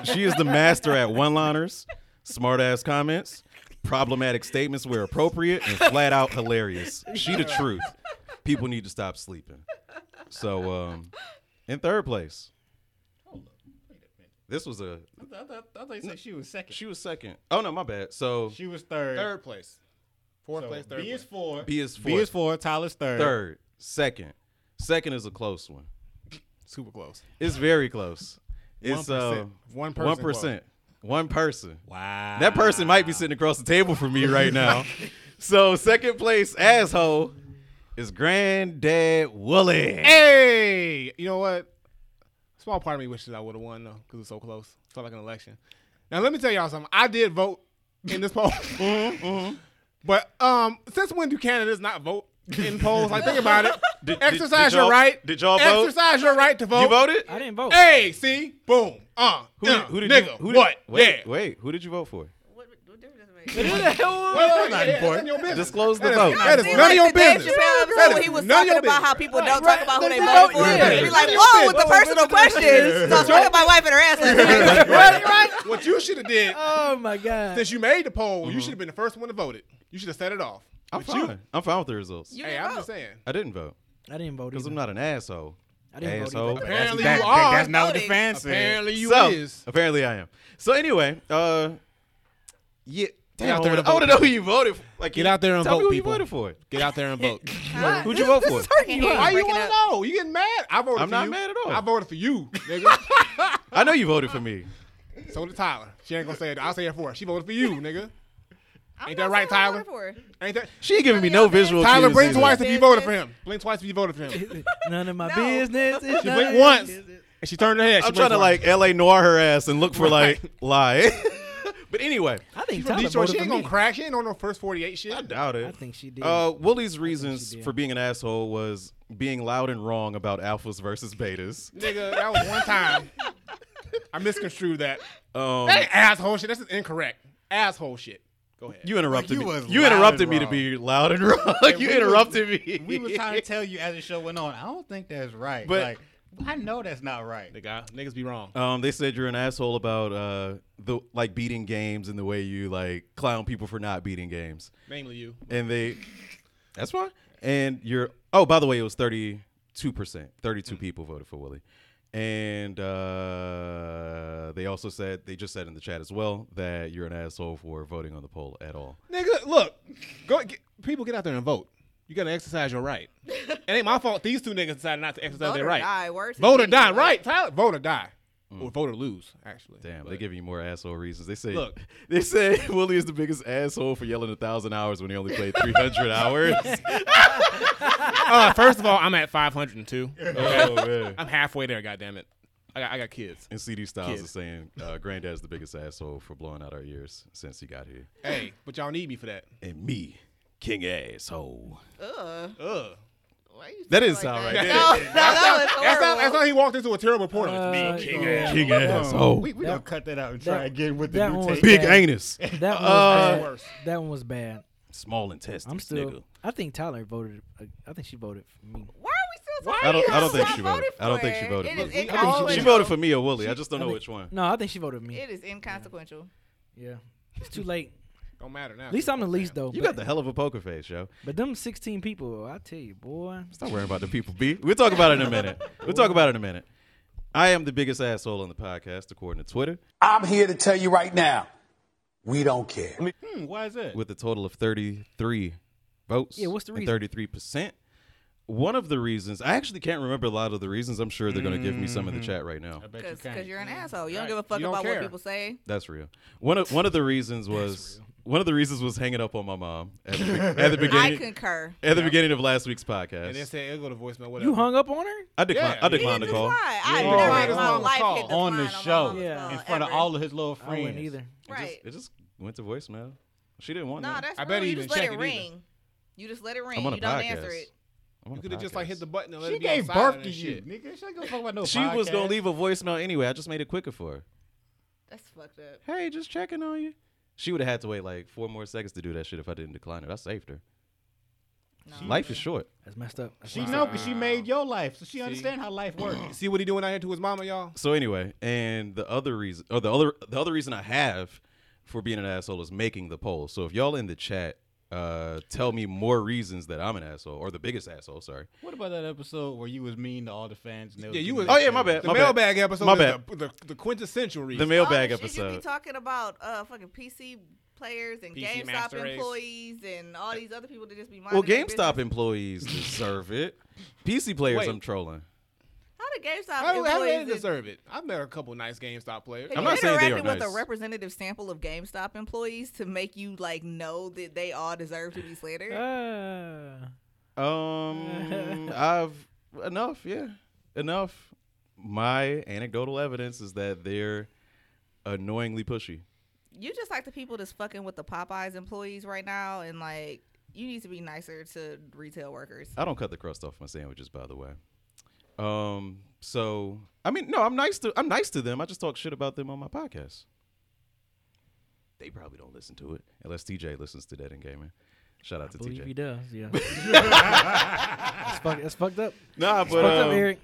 she is the master at one-liners, smart-ass comments, problematic statements where appropriate, and flat out hilarious. She the truth. People need to stop sleeping. So um, in third place, this was a
I thought, I thought- I thought you said she was second.
she was second. Oh no, my bad. So
She was third.
Third place. Fourth
So
place. Third
B is
place.
four.
B is
B
fourth.
is four. Tyler's third.
third, second, second is a close one.
Super close.
It's very close. It's
1%.
uh,
One person
One percent. One person.
Wow.
That person might be sitting across the table from me
*laughs*
right now. so second place asshole is Granddad Wooly.
Hey, you know what? Small part of me wishes I would have won though, because it's so close. It's felt like an election. Now let me tell y'all something. I did vote in this
*laughs*
poll,
Mm-hmm,
but um, since when do Canadians not vote in polls? Like think about it.
*laughs* Did- did-
Exercise
did
your
y'all-
right.
did y'all vote?
Exercise your right to vote.
You voted?
I didn't vote.
Hey, see, boom, uh,
Who,
uh,
did- who did
nigga,
you, who did-
what?
Wait,
yeah.
wait, who did you vote for?
What, what difference does it make?
Well, yeah, yeah, that's
important.
your business.
Disclose the
That is-
vote.
That is
Seems
none of your
like the Dave
business.
Chappelle episode
That
when
is
he was
none of
talking
your
about how
business.
people don't talk about who they
Right,
voted for.
right.
Be like,
None of your
whoa, with
business.
the personal questions. So talk about wiping her ass. Like,
right, right. What you should have did
Uh,
Oh my god.
since you made the poll,
Mm-hmm.
you should have been the first one to vote it. You should have set it off.
I'm
But you-
fine. I'm fine with the results.
you
hey,
didn't
I'm
vote.
just saying.
I didn't vote
I didn't vote.
because
either.
I'm not an asshole.
I didn't vote
asshole.
either.
Apparently
That-
you
that-
are.
that's not what the
Voted.
fans said.
Apparently you
so,
is.
Apparently I am. So anyway, uh, yeah. Damn,
out
I
there
wanna-
and
I want to
vote.
know who you voted for. Like,
Get out there and
tell me
vote,
who
people.
you voted for.
Get out there and vote.
*laughs* Huh?
Who'd you vote
This
for?
is hurting you.
Why you
Breaking
want to
up.
know? You getting mad? I voted
I'm
for
not
you.
mad at all.
I voted for you, nigga.
I know you voted for me.
so did Tyler. She ain't gonna say it. I'll say it for her. She voted for
*laughs*
you, nigga.
I'm
Ain't
not
that right,
saying I
Tyler?
voted for her.
Ain't that?
She ain't giving me no visual
Tyler,
cues
blink
either.
twice if you
Business.
voted for him. Blink twice if you voted for him.
*laughs*
None of my
No.
business. It's none
She
of
blinked
your
once,
business.
and she turned her head. She
I'm trying to
blinked
like L.A. Noir her ass and look for like *laughs* lie. but anyway,
I think
twice.
Tyler
Detroit,
voted
she
for
ain't
me.
gonna crack. She ain't on no first 48 shit.
I doubt it.
I think she did.
Uh, Wooly's reasons
did.
for being an asshole was being loud and wrong about alphas versus betas.
Nigga, that was one time. I misconstrued
*laughs*
that.
Um,
That ain't asshole shit. That's just incorrect. Asshole shit. Go ahead.
you interrupted
You
me.
was
You
loud and
interrupted me to
wrong.
be loud and *laughs* wrong. you
we was-
interrupted me.
We were trying to tell you as the show went on. I don't think that's right.
But-
like, I know that's not right.
Nigga, niggas be wrong.
Um, they said you're an asshole about uh the like beating games and the way you like clown people for not beating games.
Mainly you.
And they, that's why. And you're oh by the way, it was thirty two percent, thirty two people voted for Willie. And uh, they also said they just said in the chat as well that you're an asshole for voting on the poll at all.
Nigga, look. Go get, people get out there and vote. You gotta exercise your
*laughs*
right. it ain't my fault these two niggas decided not to exercise
Vote
their
or
right.
die, word to *laughs*
Vote or
me.
die, right, Tyler? Vote or die. or vote or lose. Actually,
Damn,
But
they give you more asshole reasons. They say
Look.
*laughs* they say Willie is the biggest asshole for yelling a thousand hours when he only played three *laughs* hundred hours.
Uh, first of all, I'm at 502.
oh man.
I'm halfway there. God damn it. I got, I got kids.
And CD Styles
Kid.
is saying uh, Granddad's the biggest asshole for blowing out our ears since he got here.
Hey, but y'all need me for that.
And me, King Asshole.
Ugh.
Ugh.
Why you
That
sound
is
*laughs*
like
all right.
that?
That
No, no, that
That's
was
not,
horrible.
that's not he walked into a terrible portal.
Uh,
it's me, King
yeah.
Ass.
King Asshole.
We, we
Oh. That-
gonna cut that out and try
that-
again with the
that
new
one
tape.
was
Big
bad.
anus.
That one
Uh,
was bad. That one was bad.
Small intestines,
I'm still.
nigga.
I think Tyler voted. uh, I think she voted for me.
Why are we still
I
talking
don't- I
about
don't think
it?
she voted. I don't think she
It
voted.
is
Look,
we- I think
inconsequential.
She voted for me or Willie. I just don't
I
know
think-
which one.
No, I think she voted for me.
It is inconsequential.
yeah, it's too late.
Don't matter now.
At least I'm the least though.
You
but,
got the hell of a poker face, yo.
but them 16 people, I tell you, boy.
Stop worrying about the people, B. We'll *laughs* talk about it in a minute. We'll talk about it in a minute. I am the biggest asshole on the podcast, according to Twitter,
I'm here to tell you right now, we don't care.
Hmm, why is that?
with a total of 33 votes.
Yeah, what's the
and
reason?
33%. One of the reasons, I actually can't remember a lot of the reasons. I'm sure they're going to give me some in the
Mm-hmm.
chat right now.
I bet you
Because
can't.
you are an asshole. You don't
Right.
give a fuck
You don't
about
care.
what people say.
That's real. One of one of the reasons was one of the reasons was hanging up on my mom
*laughs*
at the, be- at the
I
beginning
concur.
at the beginning of last week's
And they
podcast.
say it'll go to voicemail. Whatever.
You hung up on her?
I declined.
Yeah.
I
He
He
declined
didn't
the call.
decline. I
Yeah.
never
Yeah.
in my
Mama's
life
call.
hit
On the
decline
show.
mama's
Yeah.
call,
in front of
ever.
all of his little
I
friends.
wouldn't either.
Right.
It just went to voicemail. She didn't want
No,
that.
that's
I
I
bet
bet
he
you
didn't
just let
check it
it ring. You just let it ring.
I'm on a
You don't
podcast.
answer it.
I'm on
You
a
could have just
podcast.
like hit the button and let
She
it be
gave
on silent
birth
and
to you,
shit.
nigga. She ain't gonna fuck about no
She was gonna
podcast.
leave a voicemail anyway. I just made it quicker for her.
That's fucked up.
Hey, just checking on you. She would have had to wait like four more seconds to do that shit if I didn't decline it. I saved her.
No.
Life is short.
That's messed up. That's
She
messed
know
up.
because she made your life, so she understand how life works.
See what he doing out here to his mama, y'all.
So anyway, and the other reason, or the other, the other reason I have for being an asshole is making the poll. So if y'all in the chat, uh, tell me more reasons that I'm an asshole or the biggest asshole. Sorry.
what about that episode where you was mean to all the fans? And they was
Yeah, you was.
giving
Oh,
them
yeah, my
shit?
bad.
The mailbag episode.
My
is
bad.
The, the, the quintessential
The
reason.
mailbag
all the Oh, Shit you be
episode.
talking about uh, fucking PC players and
PC
GameStop
Master Race.
employees and all these other people that just be
Well,
minding their
GameStop
business.
employees deserve it. PC players,
Wait.
I'm trolling.
How the GameStop
How,
employees
how do they
that-
deserve it? I've met a couple nice GameStop players.
Have
I'm
you
not saying they are
interacted with
nice.
a representative sample of GameStop employees to make you like know that they all deserve to be slandered.
Ah. *laughs*
Um, I've enough. Yeah, enough. My anecdotal evidence is that they're annoyingly pushy.
you just like the people that's fucking with the Popeyes employees right now, and like you need to be nicer to retail workers.
I don't cut the crust off my sandwiches, by the way. Um, so I mean, no, I'm nice to I'm nice to them. I just talk shit about them on my podcast. They probably don't listen to it unless TJ listens to that in gaming. Shout out to
I believe
TJ.
he does.
*laughs*
Yeah. that's, fuck, that's fucked up.
Nah,
Fucked
but
up,
um, *laughs*
Eric.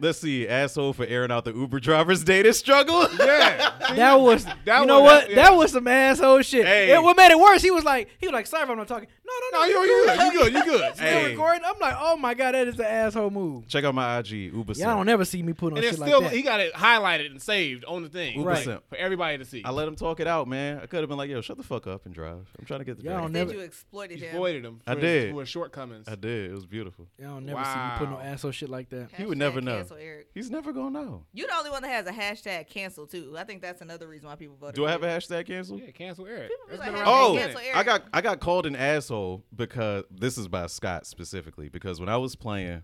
let's see, asshole for airing out the Uber driver's
*laughs*
data struggle.
Yeah.
That was.
that
you know
one-
what?
yeah.
That was some asshole shit.
Hey.
And what made it worse? He was like, he was like, sorry if I'm not talking. No, no,
No,
no.
you, you good. You good. You good.
Still
Hey.
recording. I'm like, oh my god, that is an asshole move.
Check out my IG Uber.
Y'all don't ever see me put on
And
shit
it's
like
still
that.
he got it highlighted and saved on the thing
Right.
like, for everybody to see.
I let him talk it out, man. I could have been like, yo, shut the fuck up and drive. I'm trying to get the
Y'all
drive.
don't
Did
never-
you exploited
You
him?
voided him. For
I
his,
did.
For his shortcomings.
I did. It was beautiful.
Y'all don't never see me put no
Wow.
asshole shit like that.
He would never
Hashtag
know.
cancel Eric.
He's never gonna know.
You the only one that has a hashtag cancel too. I think that's another reason why people voted.
Do I have
for
a
you.
hashtag cancel?
yeah, cancel Eric.
People be
That's
like,
been
how
around
do
Oh,
for
you
a
cancel
minute.
I
Eric?
got I got called an asshole because this is by Scott specifically because when I was playing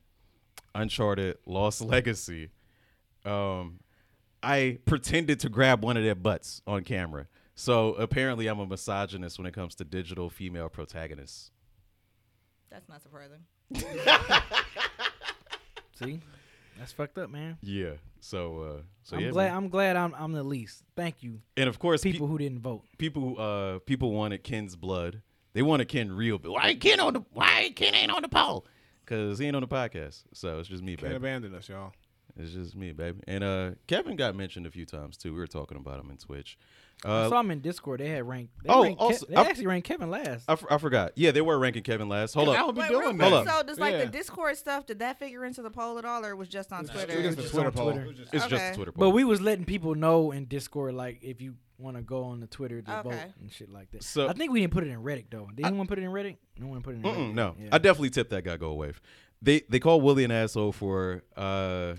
Uncharted Lost Legacy, um, I pretended to grab one of their butts on camera. So apparently, I'm a misogynist when it comes to digital female protagonists.
That's not surprising.
See, that's fucked up, man.
Yeah. So uh, so
I'm
yeah.
glad.
man.
I'm glad. I'm, I'm the least. Thank you,
and of course, people
people who didn't vote.
people uh people wanted Ken's blood. They wanted Ken real. But why ain't Ken on the why ain't Ken ain't on the poll? Cause he ain't on the podcast. So it's just me,
Can't
baby.
abandon us, y'all.
It's just me, baby. And uh, Kevin got mentioned a few times too. We were talking about him in Twitch.
I
Uh,
saw him in Discord. They had ranked. They
Oh, uh,
ranked Ke-
also-
they
I-
actually ranked Kevin last.
I, f- I forgot. Yeah, they were ranking Kevin last. Hold
I
up.
would be
Wait, real
doing
quick,
Hold
that.
up.
So, does like
Yeah.
the Discord stuff? Did that figure into the poll at all, or it was just on Twitter?
It was
It's
just a
on
Twitter poll.
Twitter.
It's just
okay.
a Twitter poll.
But we was letting people know in Discord, like if you want to go on the Twitter to vote
Okay.
and shit like that.
So-
I think we didn't put it in Reddit though. Did anyone put it in Reddit? No one put it in. Reddit.
Mm-mm, no,
Yeah.
I definitely tipped that guy. Go away. They they call Willie an asshole for uh,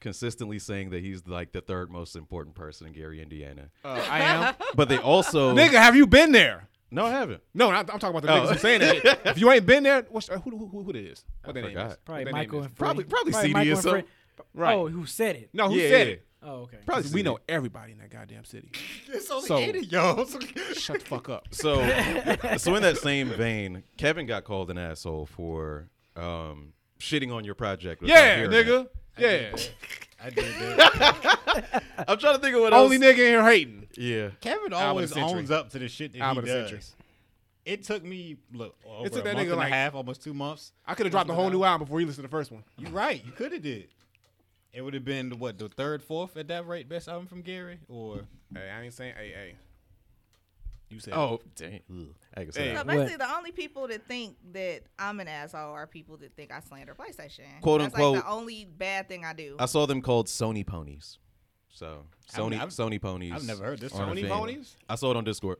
consistently saying that he's like the third most important person in Gary, Indiana.
Uh, I am.
But they
*laughs*
also
Nigga, have you been there?
no, I haven't.
No, not, I'm talking about the
Oh.
niggas who saying
*laughs*
that. If you ain't been there, what's, who, who, who, who it is? What their name
forgot.
is? What
Probably
their name
Michael
is?
and Freddie.
Probably- probably CD
Michael
or
and Freddie.
Right.
Oh, who said it?
No, who
Yeah,
said
yeah.
it?
Oh, okay.
Probably we know everybody in that goddamn city.
It's only
So-
yo.
Shut the fuck up.
So, so in that same vein, Kevin got called an asshole for um, shitting on your project. without
Yeah,
hearing
nigga. Yeah.
I did that.
it. I'm trying to think of what
Only
else.
nigga in here hating.
Yeah.
Kevin
Album of
always
the century.
owns up to the shit that
Album
he
of the century.
does. It took me look over
took
a
that
month
nigga
and
like-
a half, almost two months.
I could have dropped a whole new album before you listened to the first one.
You're right. You could have did. It would have been what the third, fourth at that rate, best album from Gary, or
Hey, I ain't saying hey, hey. You said
Oh, dang. Ugh. I can say
Hey.
that.
So basically, the only people that think that I'm an asshole are people that think I slander PlayStation.
Quote,
That's Like
unquote.
the only bad thing I do.
I saw them called Sony ponies. So Sony
I've-
Sony ponies.
I've never heard this
are a
term.
Sony
thing.
ponies?
I saw it on Discord.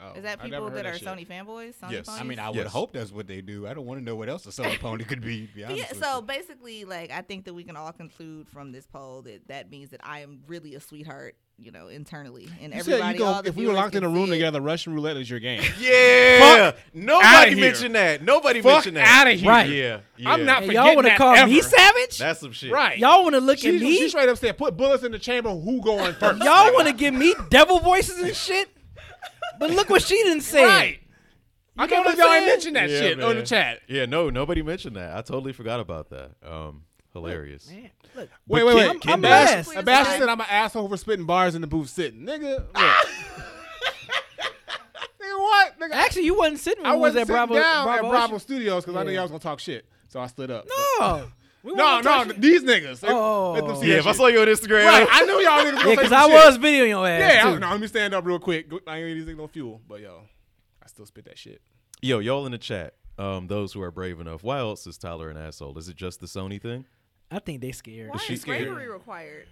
Oh,
Is that
I never
people
heard
that are
shit.
Sony fanboys? Sony
Yes. I
I
phonies?
mean, I would
Yes.
hope that's what they do. I don't want to know what else a Sony pony could be. to be
But
honest
yeah,
with
so *laughs*
you.
basically, like, I think that we can all conclude from this poll that that means that I am really a sweetheart, you know, internally. And
You said
everybody,
you go,
all the
if we were
viewers
locked in a
can
room
see it.
together, Russian roulette is your game.
Yeah.
outta
Nobody
here.
mentioned that. Nobody
Fuck
mentioned that.
outta here.
Right.
Yeah. yeah.
I'm not
Hey,
forgetting
y'all want to
that
call
ever.
me savage?
That's some shit.
Right.
y'all want to look
she,
at me?
she straight up said, put bullets in the chamber. Who going first?
Y'all want to give me devil voices and shit? But look what she didn't say.
Right. I can't believe y'all ain't mentioned that
Yeah,
shit on the
man.
chat.
Yeah, no, nobody mentioned that. I totally forgot about that. Um, hilarious.
Man, look,
Wait, wait, wait.
I'm- I'm
Abash-
blessed.
Abash said I'm an asshole for spitting bars in the booth sitting. Nigga.
*laughs*
look. nigga, what? Nigga,
actually, you wasn't sitting when
I
we was
wasn't
at
sitting
Bravo.
down
Bravo
at Bravo
Ocean.
Studios because I knew
Yeah.
y'all was going to talk shit. So I stood up.
No, we
No,
weren't
no,
touching-
these niggas. They-
Oh.
let them see
Yeah,
that
if I
shit.
saw you on Instagram,
Right, I knew y'all
*laughs*
niggas.
yeah,
because
because I was videoing your ass.
Yeah, I,
too.
no, let me stand up real quick. Go- I ain't gonna use no fuel, but yo, I still spit that shit.
Yo, y'all in the chat, um, those who are brave enough, why else is Tyler an asshole? Is it just the Sony thing?
I think they scared.
Why is
she scared?
bravery required?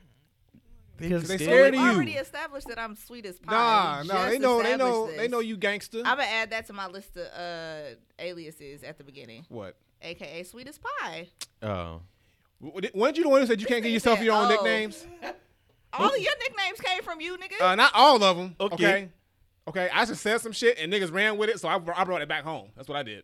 Because
They
they
scared
We
of
already
you.
established that I'm sweet as pie.
Nah,
We
nah,
just
they know, they
established
know, they
this.
know you gangster.
I'm gonna add that to my list of uh, aliases at the beginning,
What?
aka sweet as pie.
Oh,
W- Weren't you the one who said you can't give yourself your own
Oh.
nicknames?
All of your nicknames came from you, nigga.
Uh, not all of them. Okay.
Okay.
okay. I just said some shit and niggas ran with it, so I, br- I brought it back home. That's what I did.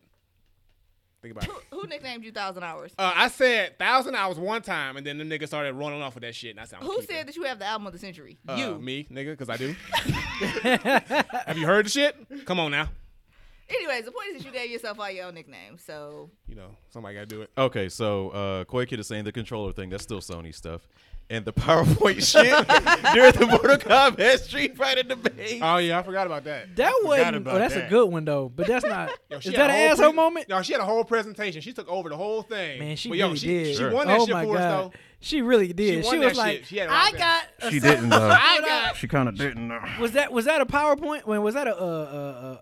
Think
*laughs*
about it.
who, who nicknamed you Thousand Hours?
Uh, I said thousand hours one time, and then the niggas started running off with that shit. And I said, I'm
who said that you have the album of the century?
you? Uh, Me, nigga, because
*laughs*
I do. *laughs* Have you heard the shit? Come on now.
Anyways, the point is that you gave yourself all your own nicknames. So
You know, somebody gotta do
*laughs*
it.
okay. So, uh, Koi Kid is saying the controller thing. That's still Sony stuff, and the *laughs* PowerPoint shit during the
*laughs*
Mortal Kombat Street Fighter debate.
Oh yeah, I forgot about that.
that wasn't.
about
Oh, that's a
that.
good one though. But that's not.
*laughs* Yo,
is
she
that
had
an
a whole
asshole
pre-
moment?
No, she had a whole presentation. She took over the whole thing.
Man, she
but yo,
really
she,
did.
She won that
oh
shit
my
for us
god,
though.
she really did. She,
She won that
was like,
shit. She had a lot
I
of
got. a
She
song
didn't though.
I got.
She kind of didn't though.
Was that was that a PowerPoint? When was that a, uh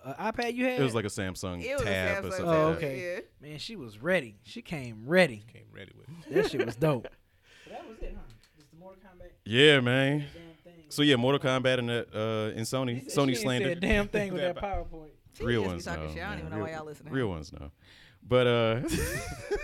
uh uh uh iPad you had?
It was like a Samsung
it was
tab
a
or
Samsung.
something.
Oh,
like
tab,
that.
okay.
yeah.
man, she was ready. She came ready.
Came ready with it.
That shit was *laughs* dope. that was it, huh? Just the Mortal Kombat
Yeah, man.
damn thing.
So yeah, Mortal Kombat and that, uh, and Sony, Sony slander.
damn thing with
that
*laughs*
that PowerPoint.
She
real
just be
ones
talking
no.
shit. I don't
man.
even know
real,
why y'all listening.
Real ones no. But uh *laughs*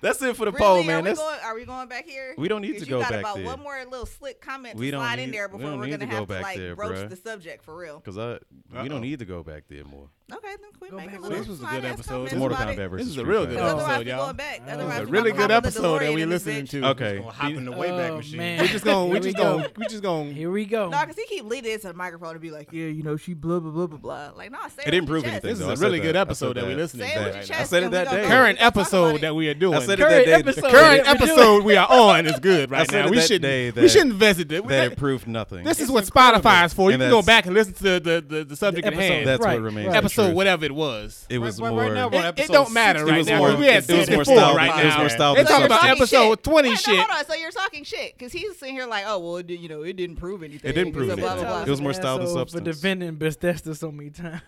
That's it for the
Really?
poll,
are,
man.
we
That's
going, are we going back here?
We don't need
'Cause
to
you
go
got
back
about
there.
one more little slick comment
We
to
don't
slide in
need-
there
we
before
don't
we're
need
gonna
to go
have to
back
like
there,
broach
bruh.
the subject for real.
because I we
Uh-oh.
don't need to go back there more.
Okay, then can we
Go
make
back.
a little
This was a
slide
good
ass
episode.
comment
It's Mortal
about it?
Kombat
This
versus
is a
Street
real
Fighter.
good
Because
episode,
otherwise we're
y'all.
going back.
That was
Otherwise
It's a
we're
really good
gonna hop in the
episode that
DeLorean
we
in this
listening
bitch.
to.
Just
Okay.
gonna hop in the
Oh,
wayback machine. *laughs*
man.
We're just gonna, we're
Here
just
we go.
gonna, we just gonna.
Here we go.
No, because he keep leading into the microphone to be like, yeah, you know, she blah, blah, blah, blah, blah. Like, no, nah, say
It didn't prove
with your
anything.
This
chest.
though.
is
I
a
said
really
that.
good
I said
episode that we
that.
listening
Say it with
to.
your
I
chest.
said it
and we
that
gonna
day.
go
Current
talk about
episode
it.
that we are doing.
I said it
Current
that day.
episode.
Current
that we're
episode we are on is good right
said
now.
it
We
that
should
day
we
that-
shouldn't visit it.
That it proved nothing.
This is what Spotify is for. You
And
can go
that's-
back and listen to the the, the subject at
episode.
hand.
that's
Right,
what remains.
right.
the
episode
truth.
whatever it was.
It was
Right- right-
more.
right now, we're on
It, it
episode
don't matter
60.
It
right
was
now.
more-
because we had
it was more
64
style-
right now.
it was more style
They're talking
than
about
substance.
episode 20
Wait,
shit.
No, hold on. So you're talking shit because he's sitting here like, oh, well, it did, you know, it didn't prove anything.
It didn't prove
So Blah,
anything.
blah,
It
blah.
was more style than
Asshole For
substance.
defending Bethesda so many
*laughs*
times.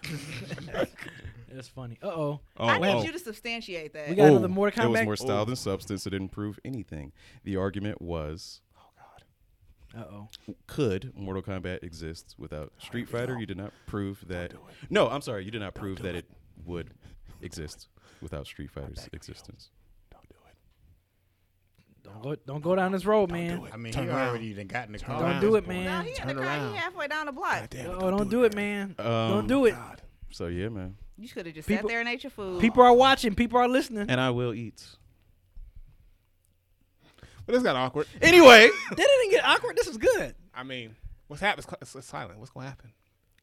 That's funny. Uh oh.
I need
oh.
you to substantiate that.
We got
Oh,
another Mortal Kombat.
It was more style than substance. It didn't prove anything. The argument was
Uh oh.
could Mortal Kombat exist without Street Fighter? You did not prove that. No, I'm sorry. You did not prove that it would exist without Street Fighter's existence.
Don't go, don't go down this road, man.
I mean,
Turn
he
around.
already done got in the car.
Don't
around.
do it,
No,
man.
he had the
Turn
car.
around.
He halfay down the block.
Damn
Oh, don't do it, man. Don't do it.
God.
Um, So yeah, man.
You should have just
People-
sat there and ate your food.
People are watching. People are listening.
And I will eat.
But it's got awkward.
Anyway,
They didn't get awkward. This was good.
I mean, what's happening? It's, it's silent. What's gonna happen?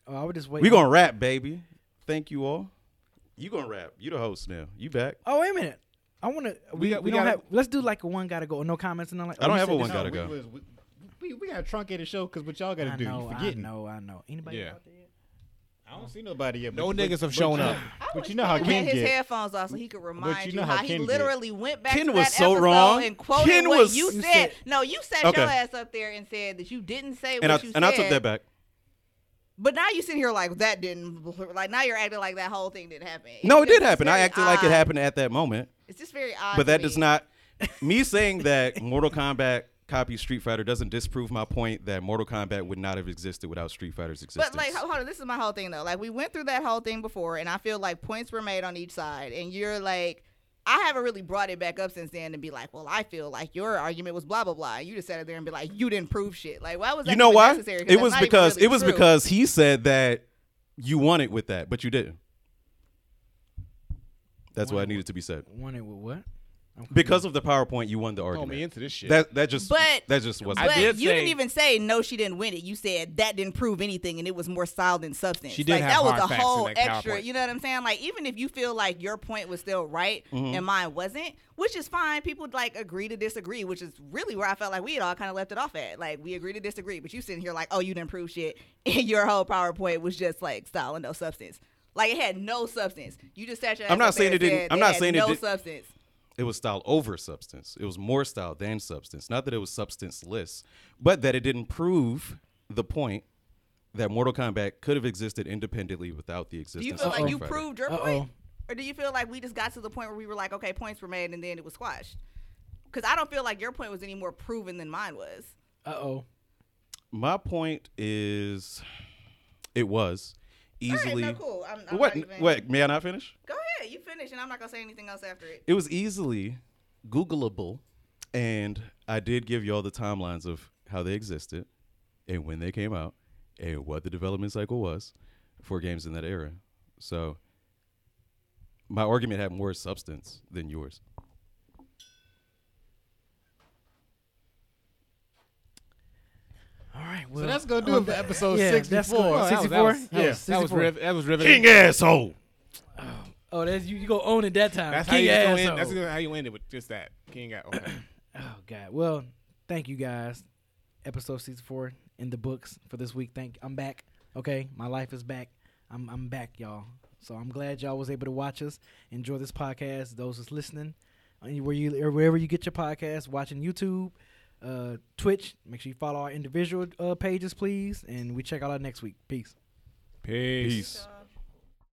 Oh, I would just wait.
we gonna rap, baby. Thank you all. You gonna rap? You the host now. You back?
Oh wait a minute. I want to. We,
got-
we,
we
don't
gotta-
have. Let's do like a one gotta go. No comments and nothing like.
I don't
you
have
said
a one
this-
No,
gotta
we
go.
was- we- We, we got to truncate the show because what y'all got
I
to do.
know.
you
I
forgetting.
know. I know. Anybody?
Yeah.
out there?
I don't see nobody yet.
No
but-
niggas
but-
have
but
shown
you-
up.
But you know how
He had
Ken
his
get.
headphones on so he could remind
you
you,
know
how,
how
he
Ken get.
literally went back
Ken
to
was
that
so
episode
wrong.
and quoted
Ken
what
was-
you
You
said.
said-
No, you sat
Okay.
your ass up there and said that you didn't say
And I
what you
and
said.
I took that back.
But now you sitting here like that didn't like now you're acting like that whole thing didn't happen.
No, it
just-
did happen. I
very
acted like it
odd.
happened at that moment,
It's just very odd.
but
to
that
me.
does not.
*laughs*
Me saying that Mortal Kombat copies Street Fighter doesn't disprove my point that Mortal Kombat would not have existed without Street Fighter's existence.
But like, hold on, this is my whole thing though. Like, we went through that whole thing before, and I feel like points were made on each side, and you're like, I haven't really brought it back up since then, and be like, well, I feel like your argument was blah blah blah. You just sat there and be like, you didn't prove shit. Like, why was that
you know
even
why?
necessary? 'Cause
It
that's
was
not even
because
really
it was
true.
because he said that you won it with that, but you didn't. That's what I needed to be said.
Wanted with what?
Because of the PowerPoint, you won the
Throw me
argument.
into this shit.
That that just
But-
that just wasn't.
But
I did
you
say-
didn't even say no. She didn't win it. You said that didn't prove anything, and it was more style than substance.
She did
like
have
that was
hard
a
facts in
whole
that
extra.
PowerPoint.
You know what I'm saying? Like even if you feel like your point was still right
Mm-hmm.
and mine wasn't, which is fine. People like agree to disagree, which is really where I felt like we had all kind of left it off at. Like we agree to disagree, but you sitting here like, oh, you didn't prove shit, *laughs* and your whole PowerPoint was just like style and no substance. Like it had no substance. You just sat your. ass
I'm not
up there
saying it
and
didn't-
said
I'm
they
not
had
saying it
no
did-
substance.
it was style over substance. It was more style than substance. Not that it was substanceless, but that it didn't prove the point that Mortal Kombat could have existed independently without the
Do
existence.
you feel
of
like you
Street Fighter.
proved your
Uh-oh.
point, or do you feel like we just got to the point where we were like, okay, points were made, and then it was squashed? Because I don't feel like your point was any more proven than mine was.
Uh oh.
My point is, it was
All
easily.
right, no, cool. I'm, I'm
what?
Not even,
Wait, may I not finish?
Go ahead, you finish, and I'm not gonna say anything else after it.
It was easily Googleable, and I did give you all the timelines of how they existed, and when they came out, and what the development cycle was for games in that era. So my argument had more substance than yours.
All right. Well,
So that's gonna do it for episode
yeah, that's
64.
good.
Oh, that was- that
64?
was-
Yeah,
that was
64.
riv- that was riveting.
King asshole.
oh, that's you. You go own it that time.
That's how
King
you just gonna end.
asshole.
That's how you end it with just that. King out. Okay.
Oh God. Well, thank you guys. Episode sixty four in the books for this week. Thank I'm back. Okay. My life is back. I'm I'm back, y'all. So I'm glad y'all was able to watch us. Enjoy this podcast. Those that's listening. Anywhere you or wherever you get your podcast, watching YouTube, uh, Twitch. Make sure you follow our individual uh, pages, please. And we check out our next week. Peace.
Peace.
Uh,